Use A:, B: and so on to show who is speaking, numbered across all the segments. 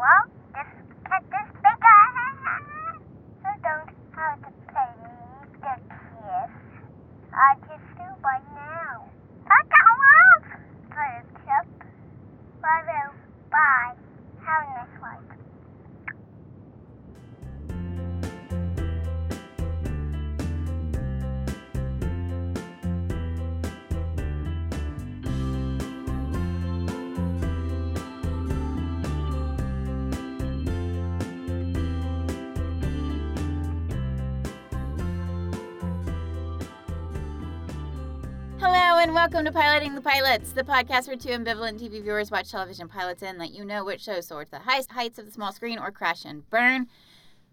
A: wall. Just get this bigger. so don't have to play the kiss. I just do by now. I got off. Little chip. Little bye. Have a nice one.
B: Hello and welcome to Piloting the Pilots, the podcast where two ambivalent TV viewers watch television pilots and let you know which show soars to the highest heights of the small screen or crash and burn.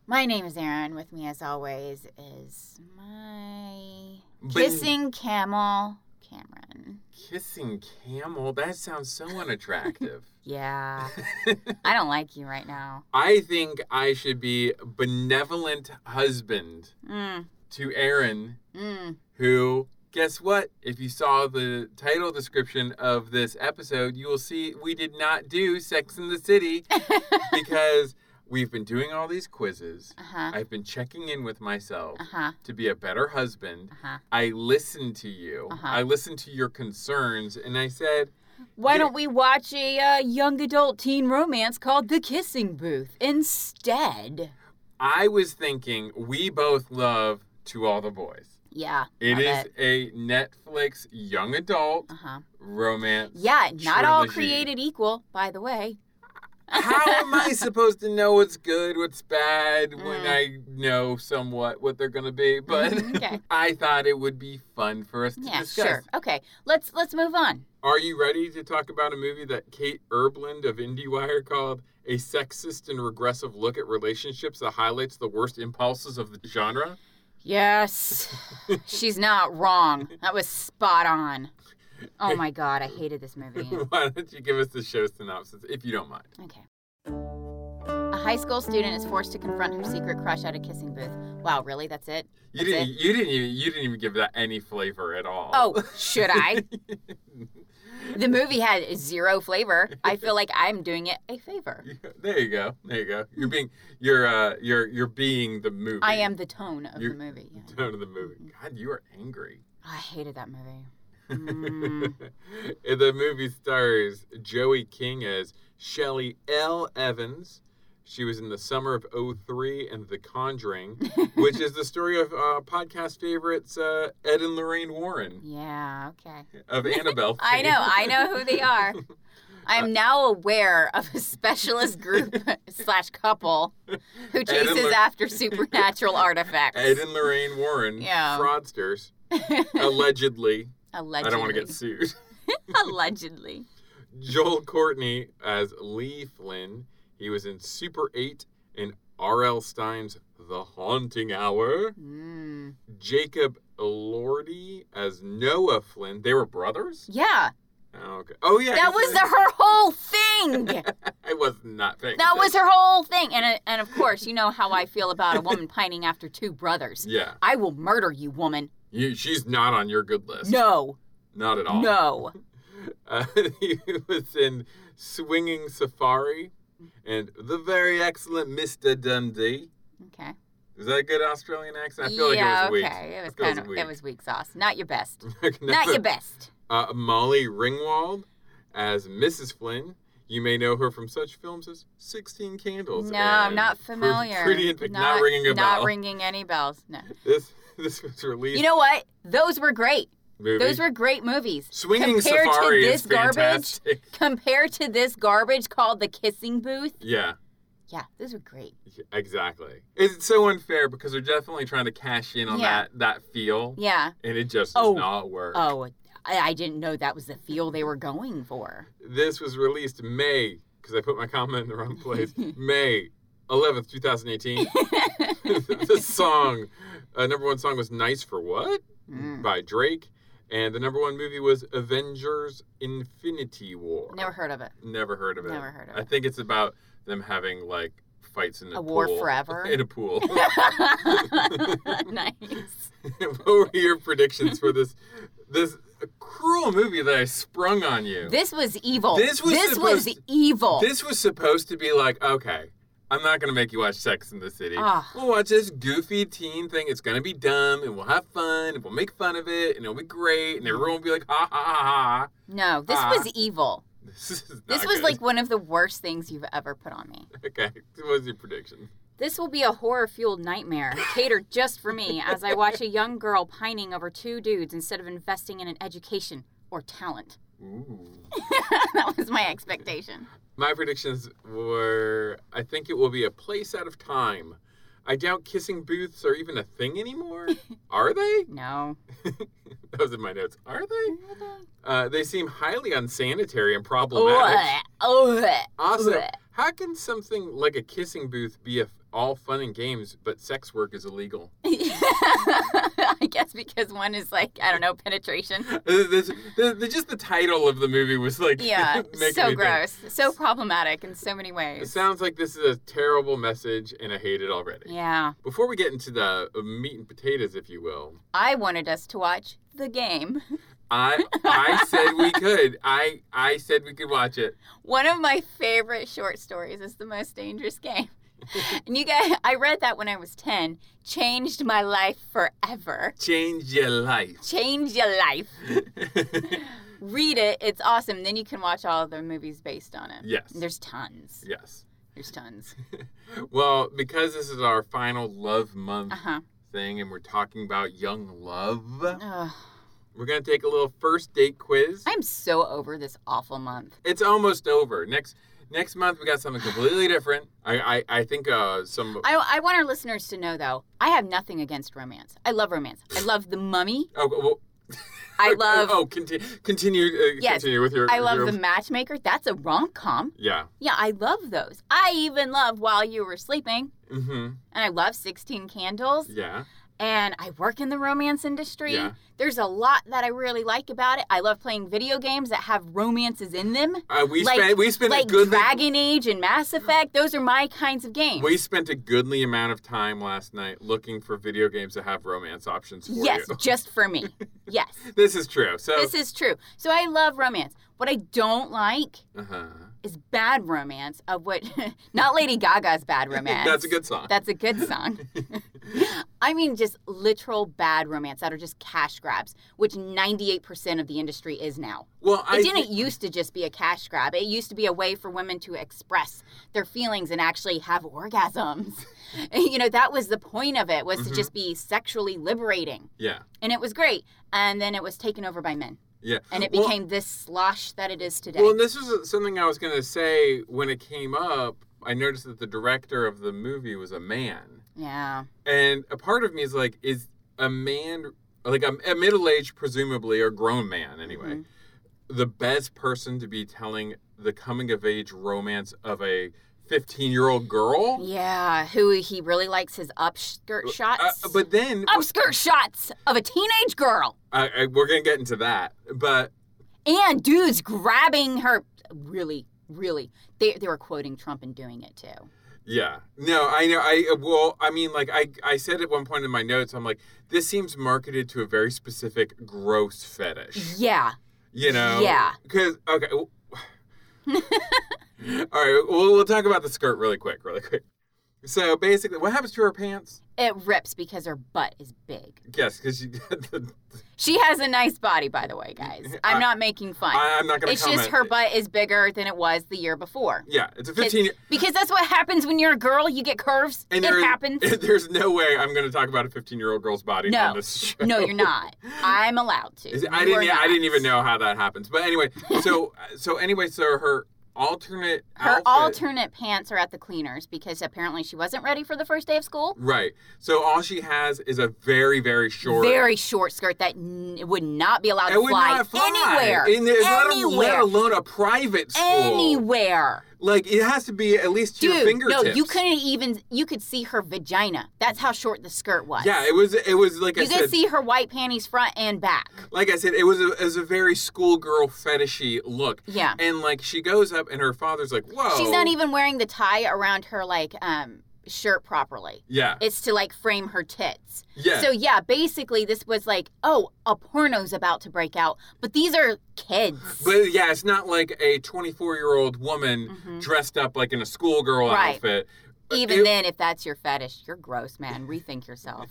B: My name is Erin. With me, as always, is my kissing camel, Cameron.
C: Kissing camel? That sounds so unattractive.
B: Yeah, I don't like you right now.
C: I think I should be benevolent husband
B: Mm,
C: to Aaron,
B: mm.
C: who, guess what? If you saw the title description of this episode, you will see we did not do Sex in the City
B: Uh-huh,
C: because we've been doing all these quizzes.
B: Uh huh.
C: I've been checking in with myself
B: Uh huh.
C: to be a better husband.
B: Uh huh.
C: I listened to you.
B: Uh-huh.
C: I listened to your concerns, and I said,
B: Why
C: Yeah.
B: don't we watch a uh, young adult teen romance called The Kissing Booth instead?
C: I was thinking we both love To All the Boys.
B: Yeah.
C: It
B: love
C: is a Netflix young adult
B: Uh huh.
C: romance.
B: Yeah, not all
C: trilogy.
B: created equal, by the way.
C: How am I supposed to know what's good, what's bad when
B: Mm.
C: I know somewhat what they're going to be? But
B: Mhm, okay.
C: I thought it would be fun for us to
B: Yeah,
C: discuss.
B: sure. Okay, let's let's move on.
C: Are you ready to talk about a movie that Kate Erbland of IndieWire called A Sexist and Regressive Look at Relationships that highlights the worst impulses of the genre?
B: Yes, she's not wrong. That was spot on. Oh my god, I hated this movie.
C: Why don't you give us the show synopsis, if you don't mind?
B: Okay. A high school student is forced to confront her secret crush at a kissing booth. Wow, really? That's it?
C: You
B: That's
C: didn't. e- You didn't. Even, you didn't even give that any flavor at all.
B: Oh, should I? the movie had zero flavor. I feel like I'm doing it a favor.
C: there you go. There you go. You're being. You're. Uh. You're. You're being the movie.
B: I am the tone of
C: You're-
B: the movie. yeah. Oh,
C: The tone of the movie. God, you are angry.
B: I hated that movie. Mm.
C: And the movie stars Joey King as Shelley L. Evans. She was in the summer of '03 and The Conjuring, which is the story of uh, podcast favorites uh, Ed and Lorraine Warren
B: Yeah, okay.
C: of Annabelle.
B: I know, I know who they are. I
C: Uh,
B: am now aware of a specialist group slash couple who
C: and
B: chases
C: Lor-
B: after supernatural artifacts.
C: Ed and Lorraine Warren,
B: Yeah.
C: fraudsters, allegedly.
B: Allegedly.
C: I don't want to get sued.
B: Allegedly.
C: Joel Courtney as Lee Flynn. He was in Super 8 and R.L. Stein's The Haunting Hour.
B: Mm.
C: Jacob Lordy as Noah Flynn. They were brothers?
B: Yeah,
C: Oh, okay. Oh, yeah.
B: that
C: 'cause
B: was
C: I-
B: her whole thing.
C: I was not paying
B: That was
C: attention.
B: her whole thing. And, uh, and of course, you know how I feel about a woman pining after two brothers.
C: Yeah.
B: I will murder you, woman.
C: You, she's not on your good list.
B: No,
C: Not at all.
B: no.
C: Uh, he was in Swinging Safari and The Very Excellent Mr. Dundee.
B: Okay.
C: Is that a good Australian accent? I feel
B: yeah,
C: like it was
B: okay. It was
C: feel
B: kind
C: it
B: of
C: was
B: it was weak sauce. Not your best.
C: weak.
B: Not your best.
C: Uh, Molly Ringwald as Mrs. Flynn. You may know her from such films as 16 Candles.
B: No, I'm
C: and
B: not
C: Pre-
B: familiar.
C: Pretty in Pink. Not, ringing a
B: not
C: bell.
B: ringing any bells. No.
C: this, this was released.
B: You know what? Those were great.
C: movie.
B: Those were great movies.
C: Swinging
B: compared to
C: Safari
B: this
C: is
B: garbage-
C: fantastic.
B: Compared to this garbage called the kissing booth.
C: Yeah,
B: Yeah, those were great.
C: exactly. It's so unfair because they're definitely trying to cash in on
B: Yeah.
C: that, that feel,
B: Yeah.
C: and it just does
B: Oh.
C: not work.
B: Oh, I, I didn't know that was the feel they were going for.
C: This was released May, because I put my comment in the wrong place. May 11th, 2018. the song, uh, number one song was Nice for What
B: Mm.
C: by Drake. And the number one movie was Avengers Infinity War.
B: Never heard of it.
C: Never heard of it.
B: Never heard of
C: I
B: it.
C: think it's about them having like fights in a,
B: A war
C: pool.
B: forever?
C: In a pool.
B: nice.
C: what were your predictions for this this a cruel movie that I sprung on you.
B: This was evil.
C: This was supposed-
B: was evil.
C: This was supposed to be like, okay, I'm not gonna make you watch Sex in the City.
B: Ah.
C: We'll watch this goofy teen thing. It's gonna be dumb, and we'll have fun, and we'll make fun of it, and it'll be great, and everyone will be like, ha ha ha ha.
B: no, this
C: Ah.
B: was evil.
C: This is not
B: This was
C: good.
B: like one of the worst things you've ever put on me.
C: okay. What was your prediction?
B: This will be a horror fueled nightmare, catered just for me as I watch a young girl pining over two dudes instead of investing in an education or talent.
C: Ooh.
B: that was my expectation.
C: My predictions were I think it will be a place out of time. I doubt kissing booths are even a thing anymore. are they?
B: No.
C: That was in my notes. Are they? Uh, they seem highly unsanitary and problematic.
B: Ugh. Ugh.
C: Also,
B: Blech.
C: how can something like a kissing booth be a f all fun and games, but sex work is illegal?
B: I guess because one is like, I don't know, penetration.
C: This- this- this- just the title of the movie was like,
B: Yeah,
C: making me
B: so
C: think.
B: gross. So problematic in so many
C: It
B: ways.
C: sounds like this is a terrible message, and I hate it already.
B: Yeah.
C: Before we get into the uh, meat and potatoes, if you will,
B: I wanted us to watch The Game.
C: I I said we could. I I said we could watch it.
B: One of my favorite short stories is The Most Dangerous Game. And you guys, I read that when I was 10. Changed my life forever.
C: Change your life.
B: Change your life. Read it. It's awesome. Then you can watch all the movies based on it.
C: Yes.
B: There's tons.
C: yes.
B: There's tons.
C: Well, because this is our final love month
B: Uh huh.
C: thing, and we're talking about young love.
B: Ugh.
C: We're gonna take a little first date quiz.
B: I'm so over this awful month.
C: It's almost over. Next next month we got something completely different. I I, I think uh some.
B: I, I want our listeners to know, though, I have nothing against romance. I love romance. I love The Mummy.
C: oh well.
B: I love.
C: Oh, continue continue uh,
B: Yes,
C: continue with your.
B: I love
C: your-
B: The Matchmaker. That's a rom com.
C: Yeah.
B: Yeah, I love those. I even love While You Were Sleeping.
C: Mm-hmm.
B: And I love 16 Candles.
C: Yeah.
B: And I work in the romance industry.
C: Yeah.
B: There's a lot that I really like about it. I love playing video games that have romances in them.
C: Uh, we
B: Like-
C: spent we spent a
B: Like
C: goodly
B: Dragon Age and Mass Effect. Those are my kinds of games.
C: we spent a goodly amount of time last night looking for video games that have romance options for
B: yes,
C: you.
B: just for me. yes.
C: This is true. So.
B: This is true. So I love romance. What I don't like
C: uh-huh.
B: is bad romance, of which not Lady Gaga's bad romance.
C: That's a good song.
B: That's a good song. I mean, just literal bad romance that are just cash grabs, which 98% of the industry is now.
C: well,
B: It
C: I thi-
B: didn't e used to just be a cash grab. It used to be a way for women to express their feelings and actually have orgasms. you know, that was the point of it was to
C: Mhm.
B: just be sexually liberating.
C: yeah.
B: And it was great. And then it was taken over by men.
C: Yeah.
B: And it
C: Well-
B: became this slosh that it is today.
C: Well, and this is something I was going to say when it came up. I noticed that the director of the movie was a man.
B: yeah.
C: And a part of me is like, is a man, like a, a middle aged, presumably, or grown man anyway,
B: Mhm.
C: the best person to be telling the coming of age romance of a 15 year old girl?
B: Yeah. Who he really likes his upskirt shots. Oh.
C: Uh, but then
B: upskirt shots of a teenage girl
C: I, I, we're going to get into that. But
B: and dudes grabbing her. Really, really. They, they were quoting Trump and doing it too.
C: Yeah. No, I know. I uh, well, I mean, like I, I said at one point in my notes, I'm like, this seems marketed to a very specific gross fetish.
B: Yeah.
C: You know.
B: Mm-hmm. Yeah.
C: Because okay. w- All right. Well, we'll talk about the skirt really quick, really quick. So basically, what happens to her pants?
B: It rips because her butt is big.
C: Yes, because she. the,
B: She has a nice body, by the way, guys. I'm
C: I-
B: not making fun.
C: I, I'm not gonna.
B: it's
C: comment.
B: just her butt is bigger than it was the year before.
C: Yeah, it's a 15. year-
B: Because that's what happens when you're a girl. You get curves.
C: And
B: it
C: there is-
B: happens.
C: There's no way I'm going to talk about a 15 year old girl's body
B: No.
C: on this show.
B: no, you're not. I'm allowed to.
C: Is it- I
B: You are
C: didn't. e, I
B: not.
C: didn't even know how that happens. But anyway, so so anyway, so her alternate.
B: Her
C: outfit-
B: alternate pants are at the cleaners because apparently she wasn't ready for the first day of school.
C: Right. So all she has is a very very short.
B: Very short skirt that n- would not be allowed
C: It
B: to
C: would
B: fly,
C: not fly
B: anywhere.
C: In the, let al-
B: Anywhere.
C: Let alone a private school.
B: anywhere.
C: Like it has to be at least to your
B: Dude, no,
C: fingertips.
B: you couldn't even. You could see her vagina. That's how short the skirt was.
C: Yeah, it was. It was like I
B: you could
C: said.
B: see her white panties front and back.
C: like I said, it was a, it was a very schoolgirl fetishy look.
B: Yeah.
C: And like she goes up, and her father's like, "Whoa."
B: She's not even wearing the tie around her like um shirt properly.
C: Yeah.
B: It's to like frame her tits.
C: Yeah.
B: So yeah, basically this was like, oh, a porno's about to break out, but these are kids.
C: but yeah, it's not like a 24 year old woman
B: Mhm.
C: dressed up like in a schoolgirl
B: Right.
C: outfit.
B: Even
C: It-
B: then, if that's your fetish, you're gross, man. Rethink yourself.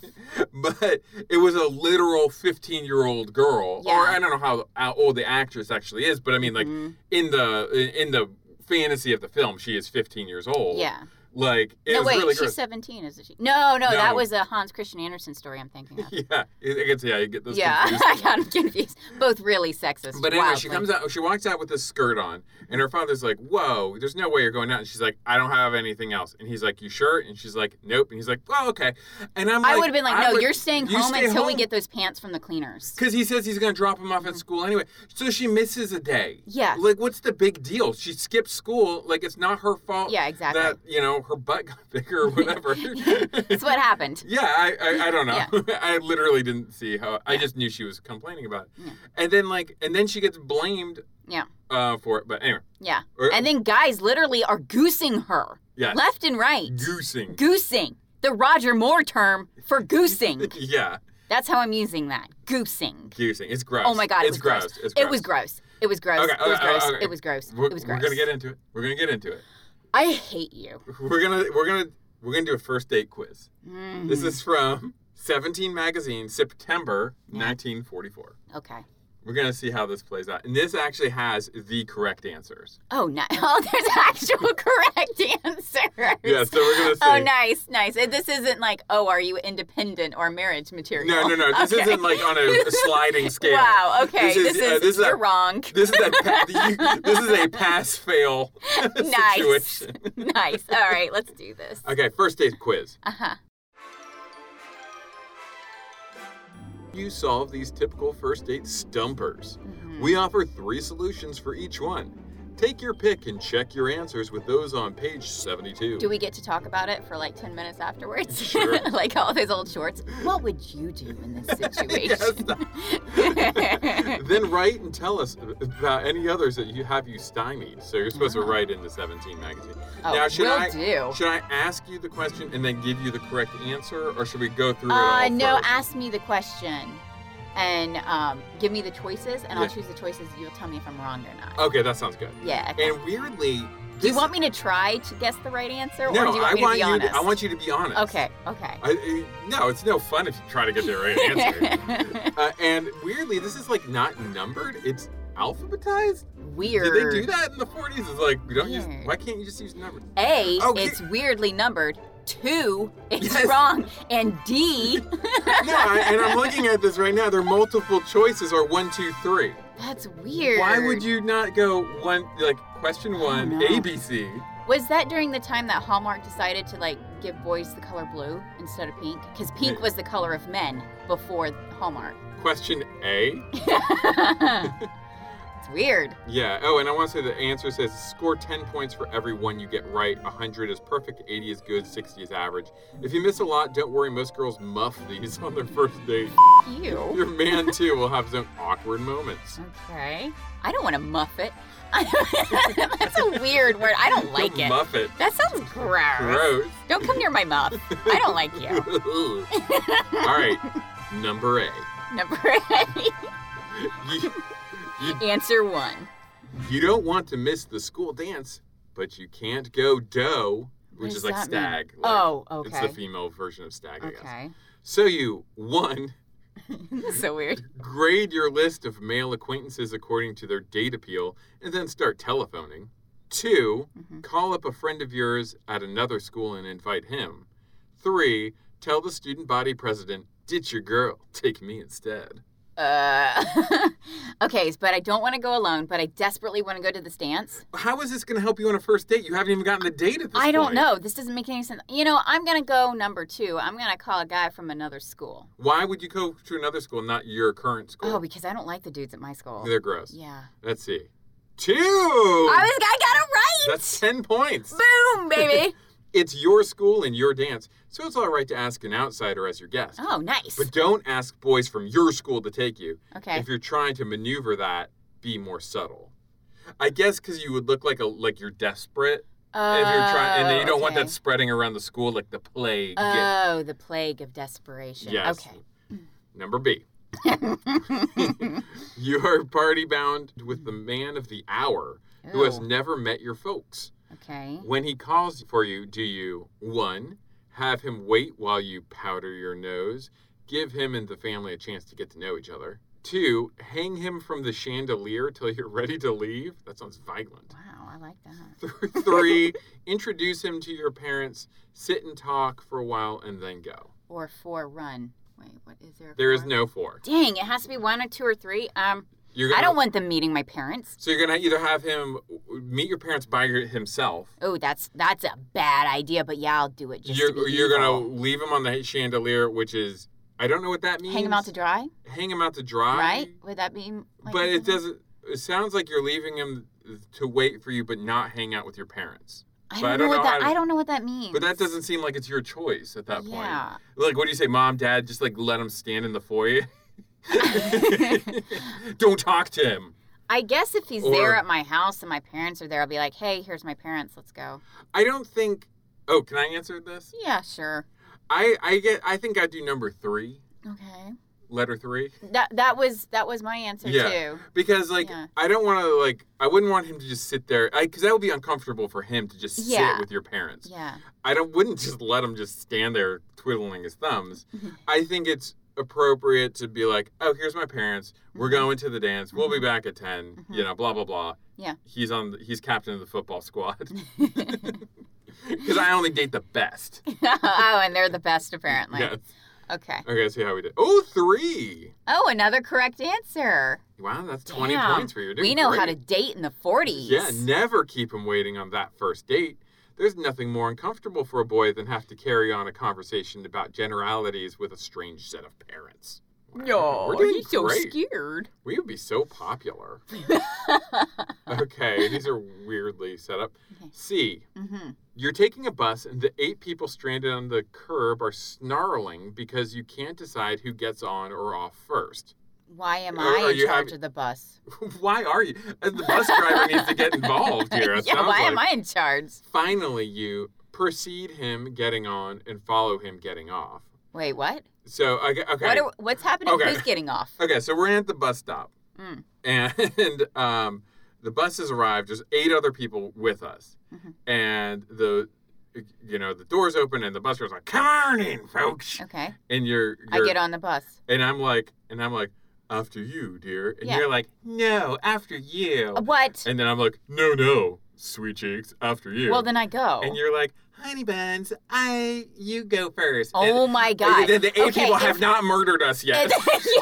C: but it was a literal 15 year old girl
B: Yeah.
C: or i don't know how, how old the actress actually is but i mean like
B: Mhm.
C: in the in the fantasy of the film she is 15 years old
B: yeah.
C: like it
B: No,
C: was
B: wait,
C: really
B: she's
C: gross.
B: 17, isn't she? No, no,
C: No.
B: that was a Hans Christian Andersen story I'm thinking of.
C: yeah it, it gets yeah you get those
B: yeah,
C: confused.
B: I got 'em confused. Both really sexist.
C: but anyway she
B: wildly.
C: comes out she walks out with this skirt on and her father's like whoa there's no way you're going out and she's like i don't have anything else and he's like you sure and she's like nope and he's like well okay and i'm like
B: I would have been like,
C: I
B: no,
C: would-
B: you're staying
C: you
B: home
C: stay
B: until we
C: home."
B: get those pants from the cleaners.
C: Because he says he's going to drop him off at school anyway. So she misses a day.
B: Yeah.
C: Like, what's the big deal? She skipped school. Like, it's not her fault
B: Yeah, exactly.
C: that, you know, her butt got bigger or whatever.
B: That's what happened.
C: yeah, I, I, I don't know. I literally didn't see how. I
B: Yeah.
C: just knew she was complaining about it.
B: Yeah.
C: And then, like, and then she gets blamed
B: Yeah.
C: uh, for it. But anyway.
B: Yeah.
C: Or-
B: And then guys literally are goosing her
C: yeah.
B: left and right.
C: Goosing.
B: Goosing. The Roger Moore term for goosing.
C: yeah.
B: That's how I'm using that. Goosing.
C: Goosing. It's gross.
B: Oh my God, it
C: It's
B: was gross.
C: It's gross.
B: It was gross. It was gross.
C: Okay,
B: it was
C: okay,
B: gross.
C: okay.
B: It was gross.
C: We're,
B: it was
C: we're
B: gross.
C: gonna get into it. We're gonna get into it.
B: I hate you.
C: We're gonna we're gonna we're gonna do a first date quiz.
B: Mhm.
C: This is from 17 Magazine, September
B: Yeah.
C: 1944.
B: okay.
C: We're going to see how this plays out. And this actually has the correct answers.
B: Oh, no. Oh, there's actual correct answers.
C: Yeah, so we're going to see.
B: Oh, nice, nice. And This isn't like, oh, are you independent or marriage material?
C: No, no, no. This
B: Oh, Okay.
C: isn't like on a sliding scale.
B: Wow. Okay.
C: This is,
B: This is,
C: uh, this is a-
B: you're wrong.
C: This is a pa- you- this is a pass fail
B: Nice.
C: situation.
B: nice. All right. Let's do this.
C: Okay, first date quiz.
B: Uh huh.
C: You solve these typical first date stumpers.
B: Mm-hmm.
C: We offer three solutions for each one. Take your pick and check your answers with those on page 72.
B: Do we get to talk about it for like 10 minutes afterwards?
C: Sure.
B: like all those old shorts. What would you do in this situation?
C: then write and tell us about any others that you have you stymied. So you're supposed
B: Oh.
C: to write in the 17 magazine.
B: oh,
C: Now, should
B: will
C: I-
B: do.
C: Should I ask you the question and then give you the correct answer, or should we go through it all
B: Uh, no,
C: first?
B: ask me the question and um, give me the choices, and I'll
C: Yeah.
B: choose the choices. You'll tell me if I'm wrong or not.
C: Okay, that sounds good.
B: Yeah. okay.
C: And
B: Do
C: weirdly,
B: you
C: this-
B: want me to try to guess the right answer,
C: no,
B: or do you want
C: I
B: me
C: want
B: to be
C: you.
B: honest?
C: I want you to be honest.
B: Okay. Okay.
C: I, I- no, it's no fun if you try to get the right answer. uh, and weirdly, this is like not numbered. It's alphabetized.
B: Weird.
C: Did they do that in the 40s? It's like we don't
B: Weird.
C: use. Why can't you just use numbers?
B: A,
C: Oh, you-
B: it's weirdly numbered. Two, it's
C: Yes.
B: wrong. And D,
C: No, I, and I'm looking at this right now. Their multiple choices are one, two, three.
B: that's weird. Oh,
C: Why would you not go one, like question one,
B: know.
C: A, B, C?
B: Was that during the time that Hallmark decided to like give boys the color blue instead of pink? Because pink was the color of men before Hallmark.
C: Question A?
B: it's weird.
C: Yeah. Oh, and I want to say the answer says score 10 points for every one you get right. 100 is perfect, 80 is good, 60 is average. If you miss a lot, don't worry. Most girls muff these on their first date.
B: You.
C: Your man, too, will have his own awkward moments.
B: Okay. I don't want to muff it. that's a weird word. I don't like
C: Don't
B: it.
C: Muff it.
B: That sounds gross.
C: Gross.
B: Don't come near my muff. I don't like you.
C: All right. Number A.
B: Number eight.
C: You- you
B: Answer one.
C: You don't want to miss the school dance, but you can't go doe,
B: What
C: which
B: does
C: is like
B: that mean?
C: stag. like,
B: Oh, okay.
C: It's the female version of stag, I guess.
B: okay.
C: So you, one,
B: so weird.
C: grade your list of male acquaintances according to their date appeal and then start telephoning. 2
B: Mhm.
C: call up a friend of yours at another school and invite him. Three, tell the student body president, ditch your girl, take me instead.
B: Uh, okay, but I don't want to go alone, but I desperately want to go to this dance.
C: How is this going to help you on a first date? You haven't even gotten the date at this
B: I don't
C: point.
B: know. This doesn't make any sense. You know, I'm going to go number two. I'm going to call a guy from another school.
C: Why would you go to another school, not your current school?
B: Oh, because I don't like the dudes at my school.
C: They're gross.
B: Yeah.
C: Let's see. Two!
B: I was I got it right.
C: That's 10 points.
B: Boom, baby.
C: It's your school and your dance, so it's all right to ask an outsider as your guest.
B: oh, nice.
C: But don't ask boys from your school to take you.
B: Okay.
C: If you're trying to maneuver that, be more subtle. I guess because you would look like a like you're desperate
B: Oh,
C: if you're trying, and then you don't want
B: okay.
C: that spreading around the school like the plague.
B: Oh, the plague of desperation.
C: Yes.
B: Okay.
C: Number B. you are party bound with the man of the hour who has
B: Ew.
C: never met your folks.
B: Okay.
C: When he calls for you, do you one have him wait while you powder your nose, give him and the family a chance to get to know each other? Two, hang him from the chandelier till you're ready to leave. That sounds violent.
B: Wow, I like that.
C: Three, introduce him to your parents, sit and talk for a while, and then go.
B: Or four run. Wait, what is there? a
C: There is
B: four?
C: no four.
B: Dang, it has to be one or two or three. Um,
C: You're gonna,
B: I don't want them meeting my parents.
C: So you're gonna either have him meet your parents by your, himself.
B: Oh, that's that's a bad idea, but yeah, I'll do it. Just to
C: You're
B: be
C: you're gonna
B: evil.
C: leave him on the chandelier, which is I don't know what that means.
B: hang them out to dry,
C: hang him out to dry.
B: right? Would that be? like,
C: but it
B: something?
C: doesn't. It sounds like you're leaving him to wait for you, but not hang out with your parents.
B: I
C: but
B: don't,
C: I
B: know
C: don't
B: what
C: know
B: that.
C: how to-
B: I don't know what that means.
C: But that doesn't seem like it's your choice at that point.
B: Yeah.
C: Like, what do you say, mom, dad? Just like let him stand in the foyer. don't talk to him.
B: I guess if he's there
C: Or-
B: at my house and my parents are there, I'll be like, "Hey, here's my parents. Let's go."
C: I don't think. Oh, can I answer this?
B: Yeah, sure.
C: I I get. I think I do number three,
B: Okay.
C: letter three.
B: That that was that was my answer
C: Yeah.
B: too.
C: Because like
B: Yeah.
C: I don't want to like I wouldn't want him to just sit there because that would be uncomfortable for him to just
B: Yeah.
C: sit with your parents.
B: Yeah.
C: I don't wouldn't just let him just stand there twiddling his thumbs.
B: Mm-hmm.
C: I think it's appropriate to be like, oh, here's my parents. We're
B: Mhm.
C: going to the dance. We'll be back at 10
B: Mhm.
C: You know, blah blah blah.
B: Yeah.
C: He's on. The, he's captain of the football squad because I only date the best.
B: oh, and they're the best apparently.
C: Yes.
B: Okay.
C: Okay. Let's see how we did. Oh, three.
B: Oh, another correct answer.
C: Wow, that's twenty
B: Damn.
C: points for you.
B: We know how to date in the 40s.
C: Yeah, never keep him waiting on that first date. There's nothing more uncomfortable for a boy than have to carry on a conversation about generalities with a strange set of parents. Wow, we're doing great.
B: scared.
C: We would be so popular. Okay, these are weirdly set up.
B: Okay.
C: C.
B: hmm
C: You're taking a bus, and the eight people stranded on the curb are snarling because you can't decide who gets on or off first.
B: Why am
C: Are-
B: I
C: are
B: in
C: you
B: charge
C: happy-
B: of the bus?
C: Why are you? The bus driver needs to get involved here. it
B: yeah,
C: sounds
B: why
C: like.
B: am I in charge?
C: finally you precede him getting on and follow him getting off.
B: Wait, what?
C: So okay, okay,
B: What are, what's happening?
C: Okay.
B: Who's getting off?
C: okay. So we're at the bus stop,
B: Mm.
C: and um, the bus has arrived. There's eight other people with us,
B: Mhm.
C: and the you know the doors open and the bus driver's like, "Come on in, folks!"
B: Okay.
C: And you're,
B: I
C: you're-
B: get on the bus.
C: and I'm like, and I'm like, after you, dear, and
B: Yeah.
C: you're like, no, after you,
B: Uh, What?
C: and then I'm like, no, no, sweet cheeks, after you.
B: Well, then I go.
C: and you're like, "Honey buns, I you go first.
B: oh
C: and,
B: my
C: and
B: God.
C: The, the eight
B: Okay,
C: people
B: if-
C: have not murdered us
B: yeah,
C: yet.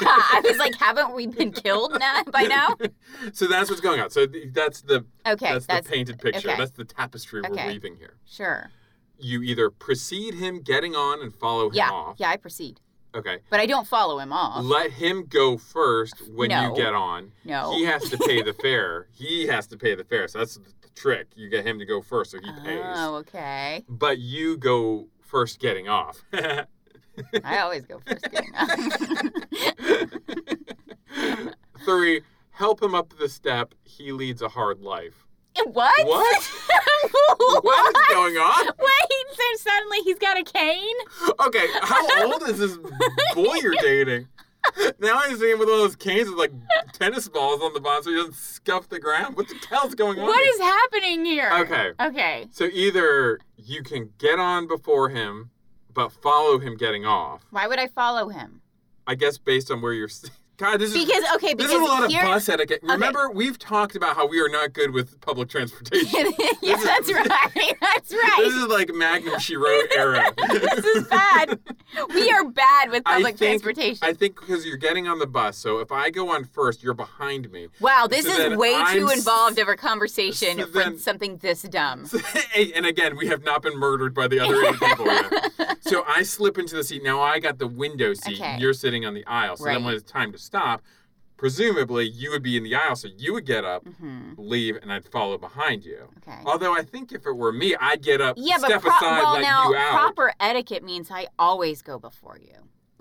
B: I was like, haven't we been killed na- by now?
C: so that's what's going on. So th- that's the
B: Okay,
C: that's,
B: that's
C: the painted picture.
B: okay.
C: That's the tapestry
B: Okay.
C: we're weaving here.
B: sure.
C: You either precede him getting on and follow him
B: Yeah,
C: off.
B: yeah, I proceed.
C: Okay.
B: But I don't follow him off.
C: Let him go first when
B: No.
C: you get on.
B: no.
C: He has to pay the fare. He has to pay the fare. So that's the trick. You get him to go first, so he pays.
B: Oh, okay.
C: But you go first getting off.
B: I always go first getting up.
C: Three, help him up the step. He leads a hard life.
B: what?
C: What?
B: what?
C: What is going on?
B: Wait, so suddenly he's got a cane?
C: Okay, how old is this boy you're dating? Now I see him with one of those canes with like tennis balls on the bottom so he doesn't scuff the ground. What the hell's going on?
B: What
C: here?
B: is happening here?
C: Okay.
B: Okay.
C: So either you can get on before him, but follow him getting off.
B: Why would I follow him?
C: I guess based on where you're. s- God, this is
B: Because okay,
C: This
B: because
C: is a lot of
B: here-
C: bus etiquette. Remember, we've talked about how we are not good with public transportation.
B: yeah,
C: This is-
B: that's right. That's
C: This
B: right.
C: is like Magnum She Wrote era.
B: This is bad. We are bad with
C: I
B: public
C: think-
B: transportation.
C: I think because you're getting on the bus, so if I go on first, you're behind me.
B: wow, this
C: so
B: is
C: then
B: way
C: I'm
B: too
C: s-
B: involved of a conversation
C: so
B: for
C: then-
B: something this dumb.
C: and again, we have not been murdered by the other eight people. yet. So I slip into the seat. Now I got the window seat.
B: Okay.
C: You're sitting on the aisle. So
B: Right.
C: then when it's time to stop, presumably you would be in the aisle. So you would get up,
B: hmm
C: leave, and I'd follow behind you.
B: Okay.
C: Although I think if it were me, I'd get up,
B: Yeah, but
C: step
B: pro-
C: aside,
B: well,
C: let
B: now
C: you out.
B: proper etiquette means I always go before you.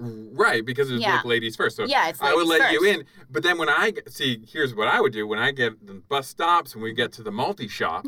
C: Right, because it's
B: Yeah.
C: like ladies first. So
B: yeah, it's
C: I would
B: ladies
C: let you
B: first.
C: in, but then when I get- see, here's what I would do: when I get the bus stops and we get to the multi shop,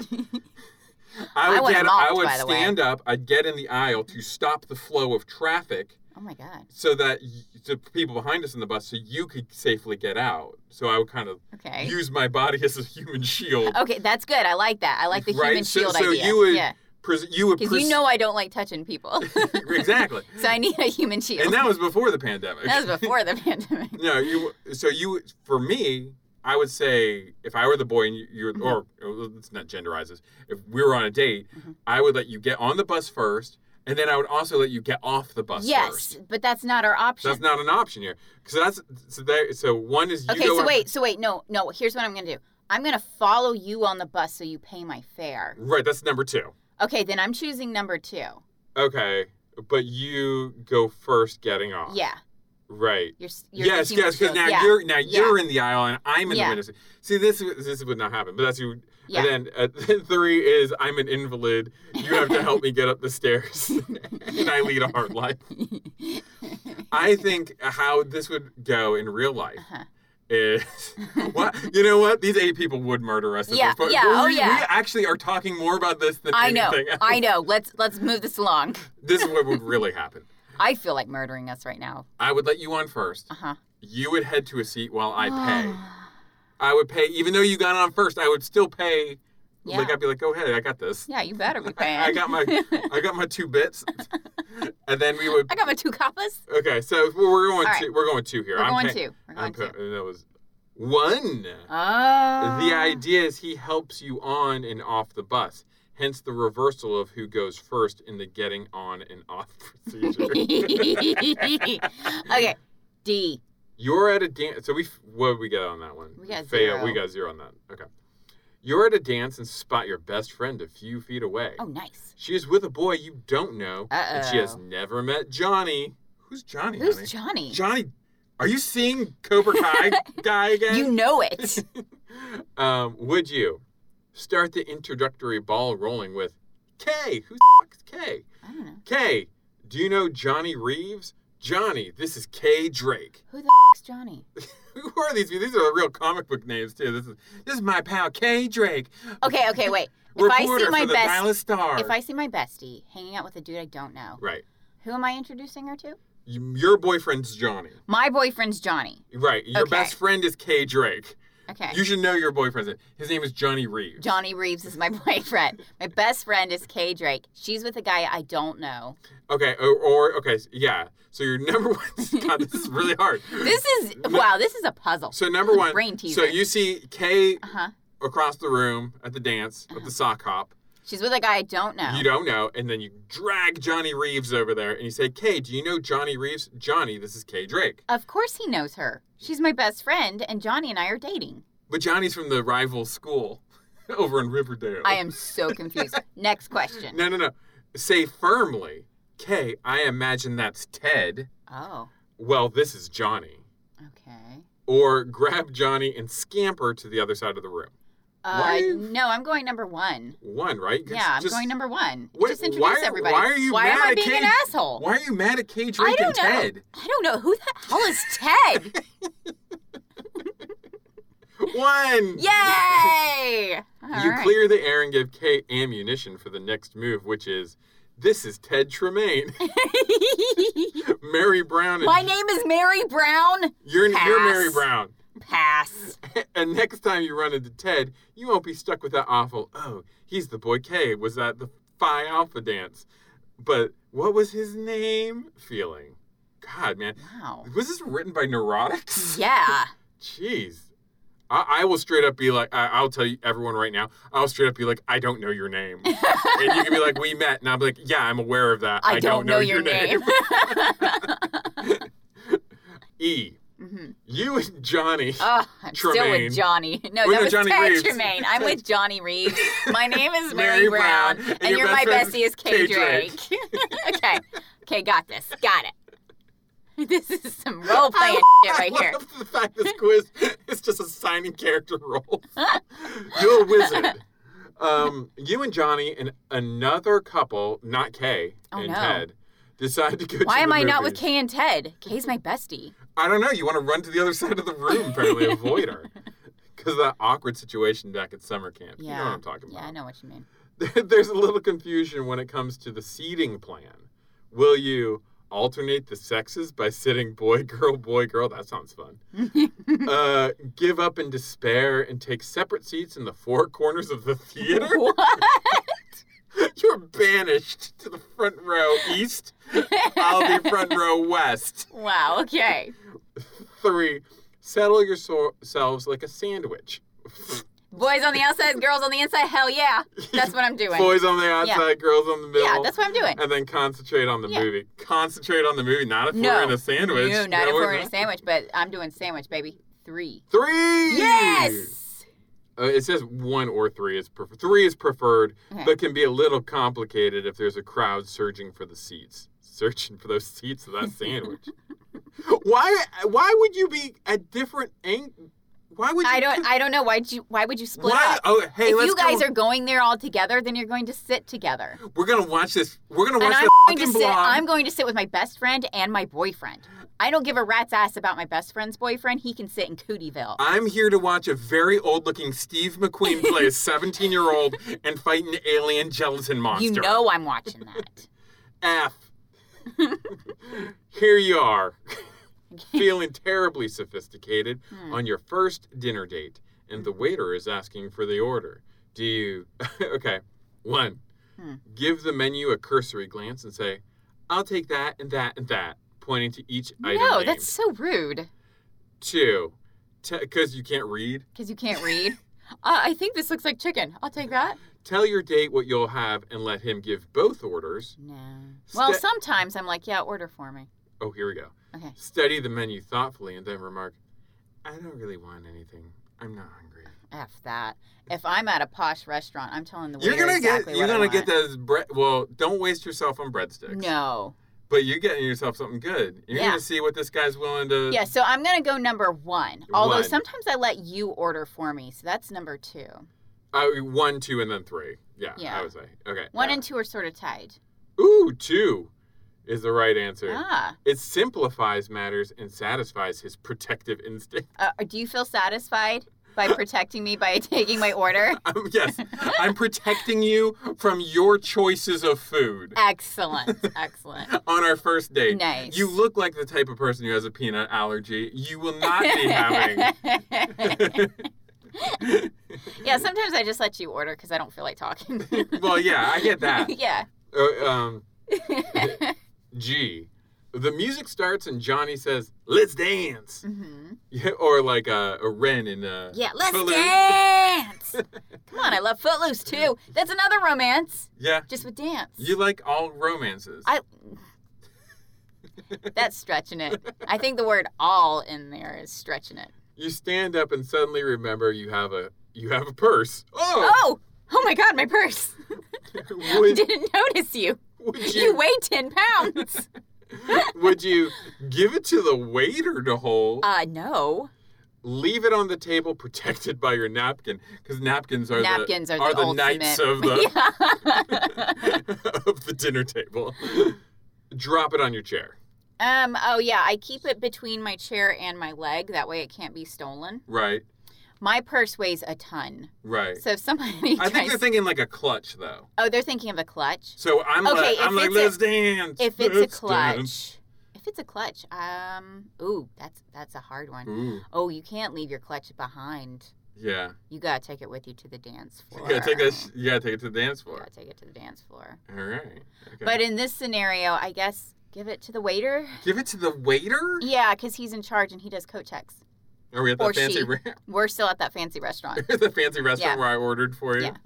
C: I
B: I
C: would
B: want
C: get
B: them all,
C: I would
B: by the way.
C: stand up, I'd get in the aisle to stop the flow of traffic
B: Oh my god.
C: so that y- the people behind us in the bus so you could safely get out. So I would kind of
B: Okay.
C: use my body as a human shield.
B: okay, that's good. I like that. I like the
C: Right,
B: human
C: so-
B: shield
C: so
B: idea.
C: you would-
B: yeah.
C: Pres- you would
B: Because
C: pres-
B: you know I don't like touching people.
C: exactly.
B: so I need a human shield.
C: And that was before the pandemic.
B: That was before the pandemic.
C: no, you. So you, for me, I would say if I were the boy and you, you
B: Mhm.
C: or uh, let's not genderize this. If we were on a date,
B: Mhm.
C: I would let you get on the bus first, and then I would also let you get off the bus
B: yes,
C: first.
B: but that's not our option.
C: That's not an option here. Because that's so there. So one is you
B: okay,
C: go
B: so
C: on-
B: wait, so wait, no, no. Here's what I'm gonna do. I'm gonna follow you on the bus so you pay my fare.
C: Right, that's number two.
B: Okay, then I'm choosing number two.
C: Oh. Okay, but you go first, getting off.
B: Yeah,
C: Right.
B: you're. s- you're the
C: Yes,
B: human
C: yes, because
B: shield.
C: now
B: yeah.
C: you're now
B: yeah.
C: you're in the aisle and I'm in
B: Yeah.
C: the window. seat. See, this this would not happen. But that's you.
B: Yeah.
C: And then uh, three is I'm an invalid. You have to help me get up the stairs, and I lead a hard life. I think how this would go in real life
B: Uh-huh.
C: is what you know. What these eight people would murder us. At
B: Yeah,
C: this point.
B: yeah,
C: But
B: oh,
C: we, We
B: yeah.
C: actually are talking more about this than
B: I know.
C: anything. else.
B: I know. Let's let's move this along.
C: This is what would really happen.
B: I feel like murdering us right now.
C: I would let you on first.
B: Uh huh.
C: You would head to a seat while I pay. I would pay, even though you got on first. I would still pay.
B: Yeah.
C: Like I'd be like, go ahead, I got this.
B: Yeah, you better be paying.
C: I got my, I got my two bits, and then we would.
B: I got my two coppas.
C: Okay, so we're going
B: All right.
C: two. We're going two here.
B: We're going
C: pay-
B: two. We're
C: I'm
B: going two.
C: pay- that was one.
B: Oh.
C: the idea is he helps you on and off the bus. Hence the reversal of who goes first in the getting on and off procedure.
B: okay. D.
C: You're at a dance. So we f- what did we get on that one?
B: We got
C: Fail.
B: zero.
C: We got zero on that. Okay. You're at a dance and spot your best friend a few feet away.
B: Oh, nice.
C: She is with a boy you don't know, and she has
B: Uh-oh.
C: never met Johnny. Who's Johnny? honey?
B: Who's Johnny?
C: Johnny? Are you seeing Cobra Kai guy again?
B: You know it.
C: um, would you start the introductory ball rolling with K? Who the fuck is K?
B: I don't know.
C: K, do you know Johnny Reeves? Johnny, this is K Drake.
B: Who the is Johnny?
C: Who are these? people? These are real comic book names too. This is this is my pal K Drake.
B: Okay, okay, wait. If I
C: Reporter
B: see my
C: for the
B: best,
C: Dallas Star.
B: if I see my bestie hanging out with a dude I don't know,
C: Right.
B: who am I introducing her to?
C: You- Your boyfriend's Johnny.
B: My boyfriend's Johnny.
C: Right. Your
B: Okay.
C: best friend is K Drake.
B: Okay.
C: You should know your boyfriend's name. His name is Johnny Reeves.
B: Johnny Reeves is my boyfriend. My best friend is Kay Drake. She's with a guy I don't know.
C: Okay. Or, or okay. s- Yeah. So your number one. God, this is really hard.
B: This is wow. This is a puzzle.
C: So number one.
B: Brain
C: So
B: teaser.
C: you see K
B: Uh huh.
C: across the room at the dance
B: Uh-huh.
C: at the sock hop.
B: She's with a guy I don't know.
C: You don't know, and then you drag Johnny Reeves over there, and you say, "Kay, do you know Johnny Reeves? Johnny, this is Kay Drake."
B: Of course he knows her. She's my best friend, and Johnny and I are dating.
C: But Johnny's from the rival school over in Riverdale.
B: I am so confused. Next question.
C: No, no, no. Say firmly, Kay, I imagine that's Ted.
B: Oh,
C: Well, this is Johnny.
B: okay.
C: Or grab Johnny and scamper to the other side of the room. Why
B: Uh,
C: are you-
B: no, I'm going number one.
C: One, right? 'Cause
B: Yeah, I'm
C: just-
B: going number one.
C: Wait,
B: Just introduce
C: why-
B: everybody.
C: why are you
B: Why am
C: mad
B: I
C: at
B: being an
C: Kate?
B: asshole?
C: Why are you mad at Kay
B: I
C: Drake and
B: don't know.
C: Ted?
B: I don't know who the hell is Ted.
C: One.
B: Yay! All
C: you
B: right.
C: clear the air and give Kay ammunition for the next move, which is, this is Ted Tremaine, Mary Brown. And
B: My name is Mary Brown.
C: You're you're Mary
B: Pass.
C: Brown.
B: Pass.
C: and next time you run into Ted, you won't be stuck with that awful, oh, he's the boy K was at the Phi Alpha dance. But what was his name? Feeling. God, man.
B: Wow.
C: Was this written by neurotics?
B: Yeah.
C: Jeez. I, I will straight up be like, I, I'll tell you everyone right now, I'll straight up be like, I don't know your name. and you can be like, we met. And I'll be like, yeah, I'm aware of that.
B: I, don't, know, your name.
C: e.
B: hmm
C: You and Johnny.
B: Oh, I'm still
C: Tremaine.
B: with Johnny. No,
C: We're
B: that
C: no
B: was
C: Johnny
B: Ted
C: Reeves.
B: Tremaine. I'm with Johnny Reeves. My name is Mary, Brown, and,
C: your
B: you're my
C: best friend
B: bestie is Kay
C: Kay
B: Drake. okay, okay, got this, got it. This is some role playing shit right here.
C: I love the fact this quiz is just assigning character roles. You're a wizard. Um, you and Johnny and another couple, not Kay
B: Oh,
C: and
B: no.
C: Ted, decide to go.
B: Why
C: to
B: am
C: the
B: I not with
C: movies.
B: Kay and Ted? Kay's my bestie.
C: I don't know. You want to run to the other side of the room, apparently avoid her, because of that awkward situation back at summer camp. You know
B: Yeah.
C: what I'm talking
B: Yeah,
C: about.
B: I know what you mean.
C: there's a little confusion when it comes to the seating plan. Will you alternate the sexes by sitting boy, girl, boy, girl? That sounds fun. uh, give up in despair and take separate seats in the four corners of the theater?
B: what?
C: You're banished to the front row east. I'll be front row west.
B: Wow. Okay.
C: Three, settle yourselves like a sandwich.
B: Boys on the outside, girls on the inside. Hell yeah. That's what I'm doing.
C: Boys on the outside, girls on the middle.
B: yeah, that's what I'm doing.
C: and then concentrate on the
B: Yeah.
C: movie. Concentrate on the movie, not if
B: No.
C: we're in a sandwich.
B: No, not if
C: we're
B: we're in a sandwich, but I'm doing sandwich, baby. Three.
C: Three.
B: Yes.
C: Uh, it says one or three is prefer- three is preferred,
B: Okay.
C: but can be a little complicated if there's a crowd searching for the seats, searching for those seats of that sandwich. why? Why would you be at different ang- Why would you
B: I don't.
C: con-
B: I don't know why. You, why would you split
C: why?
B: up?
C: Oh, hey,
B: if
C: let's
B: you guys
C: go.
B: are going there all together, then you're going to sit together.
C: We're gonna watch this. We're gonna watch
B: and I'm
C: this
B: going to
C: fucking
B: sit.
C: blog.
B: I'm going to sit with my best friend and my boyfriend. I don't give a rat's ass about my best friend's boyfriend. He can sit in Cootieville.
C: I'm here to watch a very old looking Steve McQueen play a 17 year old and fight an alien gelatin monster.
B: You know I'm watching that.
C: F. here you are, feeling terribly sophisticated
B: Hmm.
C: on your first dinner date, and the waiter is asking for the order. Do you. okay. One,
B: Hmm.
C: give the menu a cursory glance and say, I'll take that and that and that, pointing to each item.
B: no,
C: named.
B: that's so rude.
C: Two, because you can't read.
B: Because you can't read. uh, I think this looks like chicken. I'll take that.
C: Tell your date what you'll have and let him give both orders.
B: No. Well,
C: Sta-
B: sometimes I'm like, yeah, order for me.
C: Oh, here we go.
B: Okay.
C: Study the menu thoughtfully and then remark, I don't really want anything. I'm not hungry.
B: F that. If I'm at a posh restaurant, I'm telling the waiter
C: You're gonna
B: exactly
C: get you're
B: what I
C: gonna
B: want.
C: get those bread. Well, don't waste yourself on breadsticks.
B: No.
C: But you're getting yourself something good. You're
B: Yeah.
C: gonna see what this guy's willing to.
B: Yeah, so I'm gonna go number one. Although
C: One.
B: sometimes I let you order for me, so that's number two.
C: Uh, one, two, and then three. Yeah.
B: Yeah.
C: I would say. Okay.
B: One
C: yeah.
B: and two are sort of tied.
C: Ooh, two, is the right answer.
B: Ah.
C: It simplifies matters and satisfies his protective instinct.
B: Uh, do you feel satisfied by protecting me by taking my order?
C: Um, yes, I'm protecting you from your choices of food
B: Excellent. Excellent.
C: on our first date.
B: Nice.
C: You look like the type of person who has a peanut allergy. You will not be having.
B: yeah, sometimes I just let you order because I don't feel like talking.
C: well, yeah, I get that.
B: yeah.
C: Uh, um, G. The music starts and Johnny says, "Let's dance,"
B: hmm
C: Yeah, or like uh, a, a Ren in a
B: Yeah, let's
C: Footloose.
B: dance. Come on, I love Footloose too. That's another romance,
C: yeah.
B: just with dance.
C: You like all romances.
B: I. That's stretching it. I think the word "all" in there is stretching it.
C: you stand up and suddenly remember you have a you have a purse. Oh,
B: Oh, oh my God, my purse!
C: would,
B: Didn't notice you.
C: would
B: Oh, You
C: you
B: weigh ten pounds.
C: would you give it to the waiter to hold?
B: Uh, no.
C: leave it on the table protected by your napkin because napkins are
B: Napkins
C: the,
B: are the
C: are the
B: ultimate.
C: knights of the of the dinner table. Drop it on your chair.
B: yeah. Um. Oh yeah. I keep it between my chair and my leg. That way, it can't be stolen.
C: Right,
B: My purse weighs a ton.
C: right.
B: So if somebody.
C: I think
B: tries-
C: they're thinking like a clutch though.
B: oh, they're thinking of a clutch.
C: So I'm
B: Okay,
C: like, I'm
B: if
C: like,
B: it's a-
C: let's dance.
B: If it's a
C: let's
B: clutch,
C: dance."
B: if it's a clutch, um, ooh, that's that's a hard one.
C: Ooh,
B: Oh, you can't leave your clutch behind.
C: yeah,
B: You gotta take it with you to the dance floor.
C: yeah. Take that. sh- You gotta take it to the dance
B: You
C: floor.
B: gotta take it to the dance floor.
C: All right. Okay.
B: But in this scenario, I guess give it to the waiter.
C: give it to the waiter.
B: Yeah, because he's in charge and he does coat checks.
C: Are we at
B: Or
C: the fancy
B: she.
C: re-
B: We're still at that fancy restaurant.
C: the fancy restaurant where I ordered for you?
B: Yeah.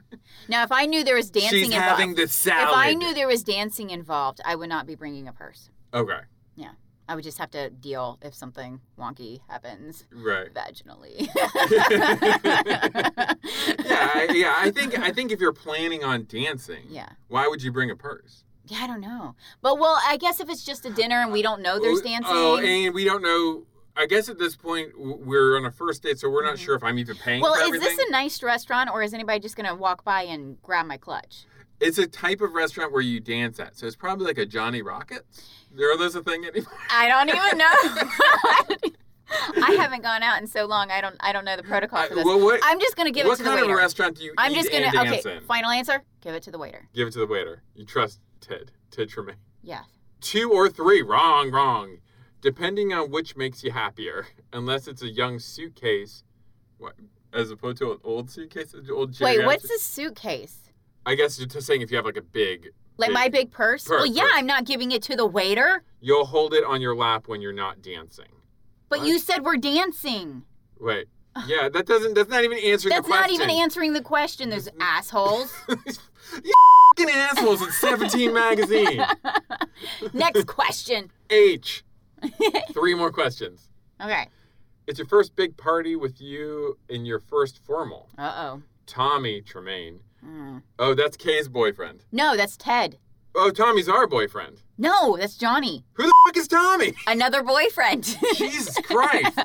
B: Now, if I knew there was dancing
C: She's
B: involved,
C: having the salad.
B: if I knew there was dancing involved, I would not be bringing a purse.
C: Okay.
B: I would just have to deal if something wonky happens.
C: Right.
B: vaginally.
C: yeah, I, yeah. I think I think if you're planning on dancing,
B: yeah.
C: why would you bring a purse?
B: Yeah, I don't know. But well, I guess if it's just a dinner and we don't know there's
C: Oh,
B: dancing.
C: Oh, and we don't know. I guess at this point w- we're on a first date, so we're not
B: Mhm.
C: sure if I'm even paying
B: well,
C: for
B: is
C: everything.
B: this a nice restaurant or is anybody just going to walk by and grab my clutch?
C: it's a type of restaurant where you dance at, so it's probably like a Johnny Rockets. Are those a thing anymore?
B: I don't even know. I haven't gone out in so long. I don't. I don't know the protocol
C: I-
B: for this.
C: well, what
B: I'm just gonna give it
C: what
B: to the
C: kind of
B: waiter.
C: restaurant do you
B: I'm
C: eat
B: just gonna.
C: and
B: okay.
C: dance in?
B: Final answer. Give it to the waiter.
C: Give it to the waiter. You trust Ted. Ted Tremaine.
B: Yes.
C: Two or three. Wrong, wrong. Depending on which makes you happier. Unless it's a young suitcase, what, as opposed to an old suitcase, an old
B: Wait.
C: geriatric-
B: What's a suitcase?
C: I guess you're just saying if you have like a big,
B: Like
C: Big
B: my big purse?
C: purse,
B: Well, yeah.
C: purse.
B: I'm not giving it to the waiter.
C: you'll hold it on your lap when you're not dancing.
B: But
C: What?
B: you said we're dancing.
C: Wait. Yeah, that doesn't. That's not even answering
B: That's
C: the question. Mm-hmm.
B: not even answering the question. Those assholes.
C: you fucking assholes at 17 magazine.
B: Next question.
C: H. Three more questions.
B: Okay.
C: It's your first big party with you in your first formal.
B: Uh oh.
C: Tommy Tremaine. Oh, that's Kay's boyfriend.
B: Hmm. No, that's Ted.
C: Oh, Tommy's our boyfriend.
B: No, that's Johnny.
C: Who the fuck is Tommy?
B: Another boyfriend.
C: Jesus Christ.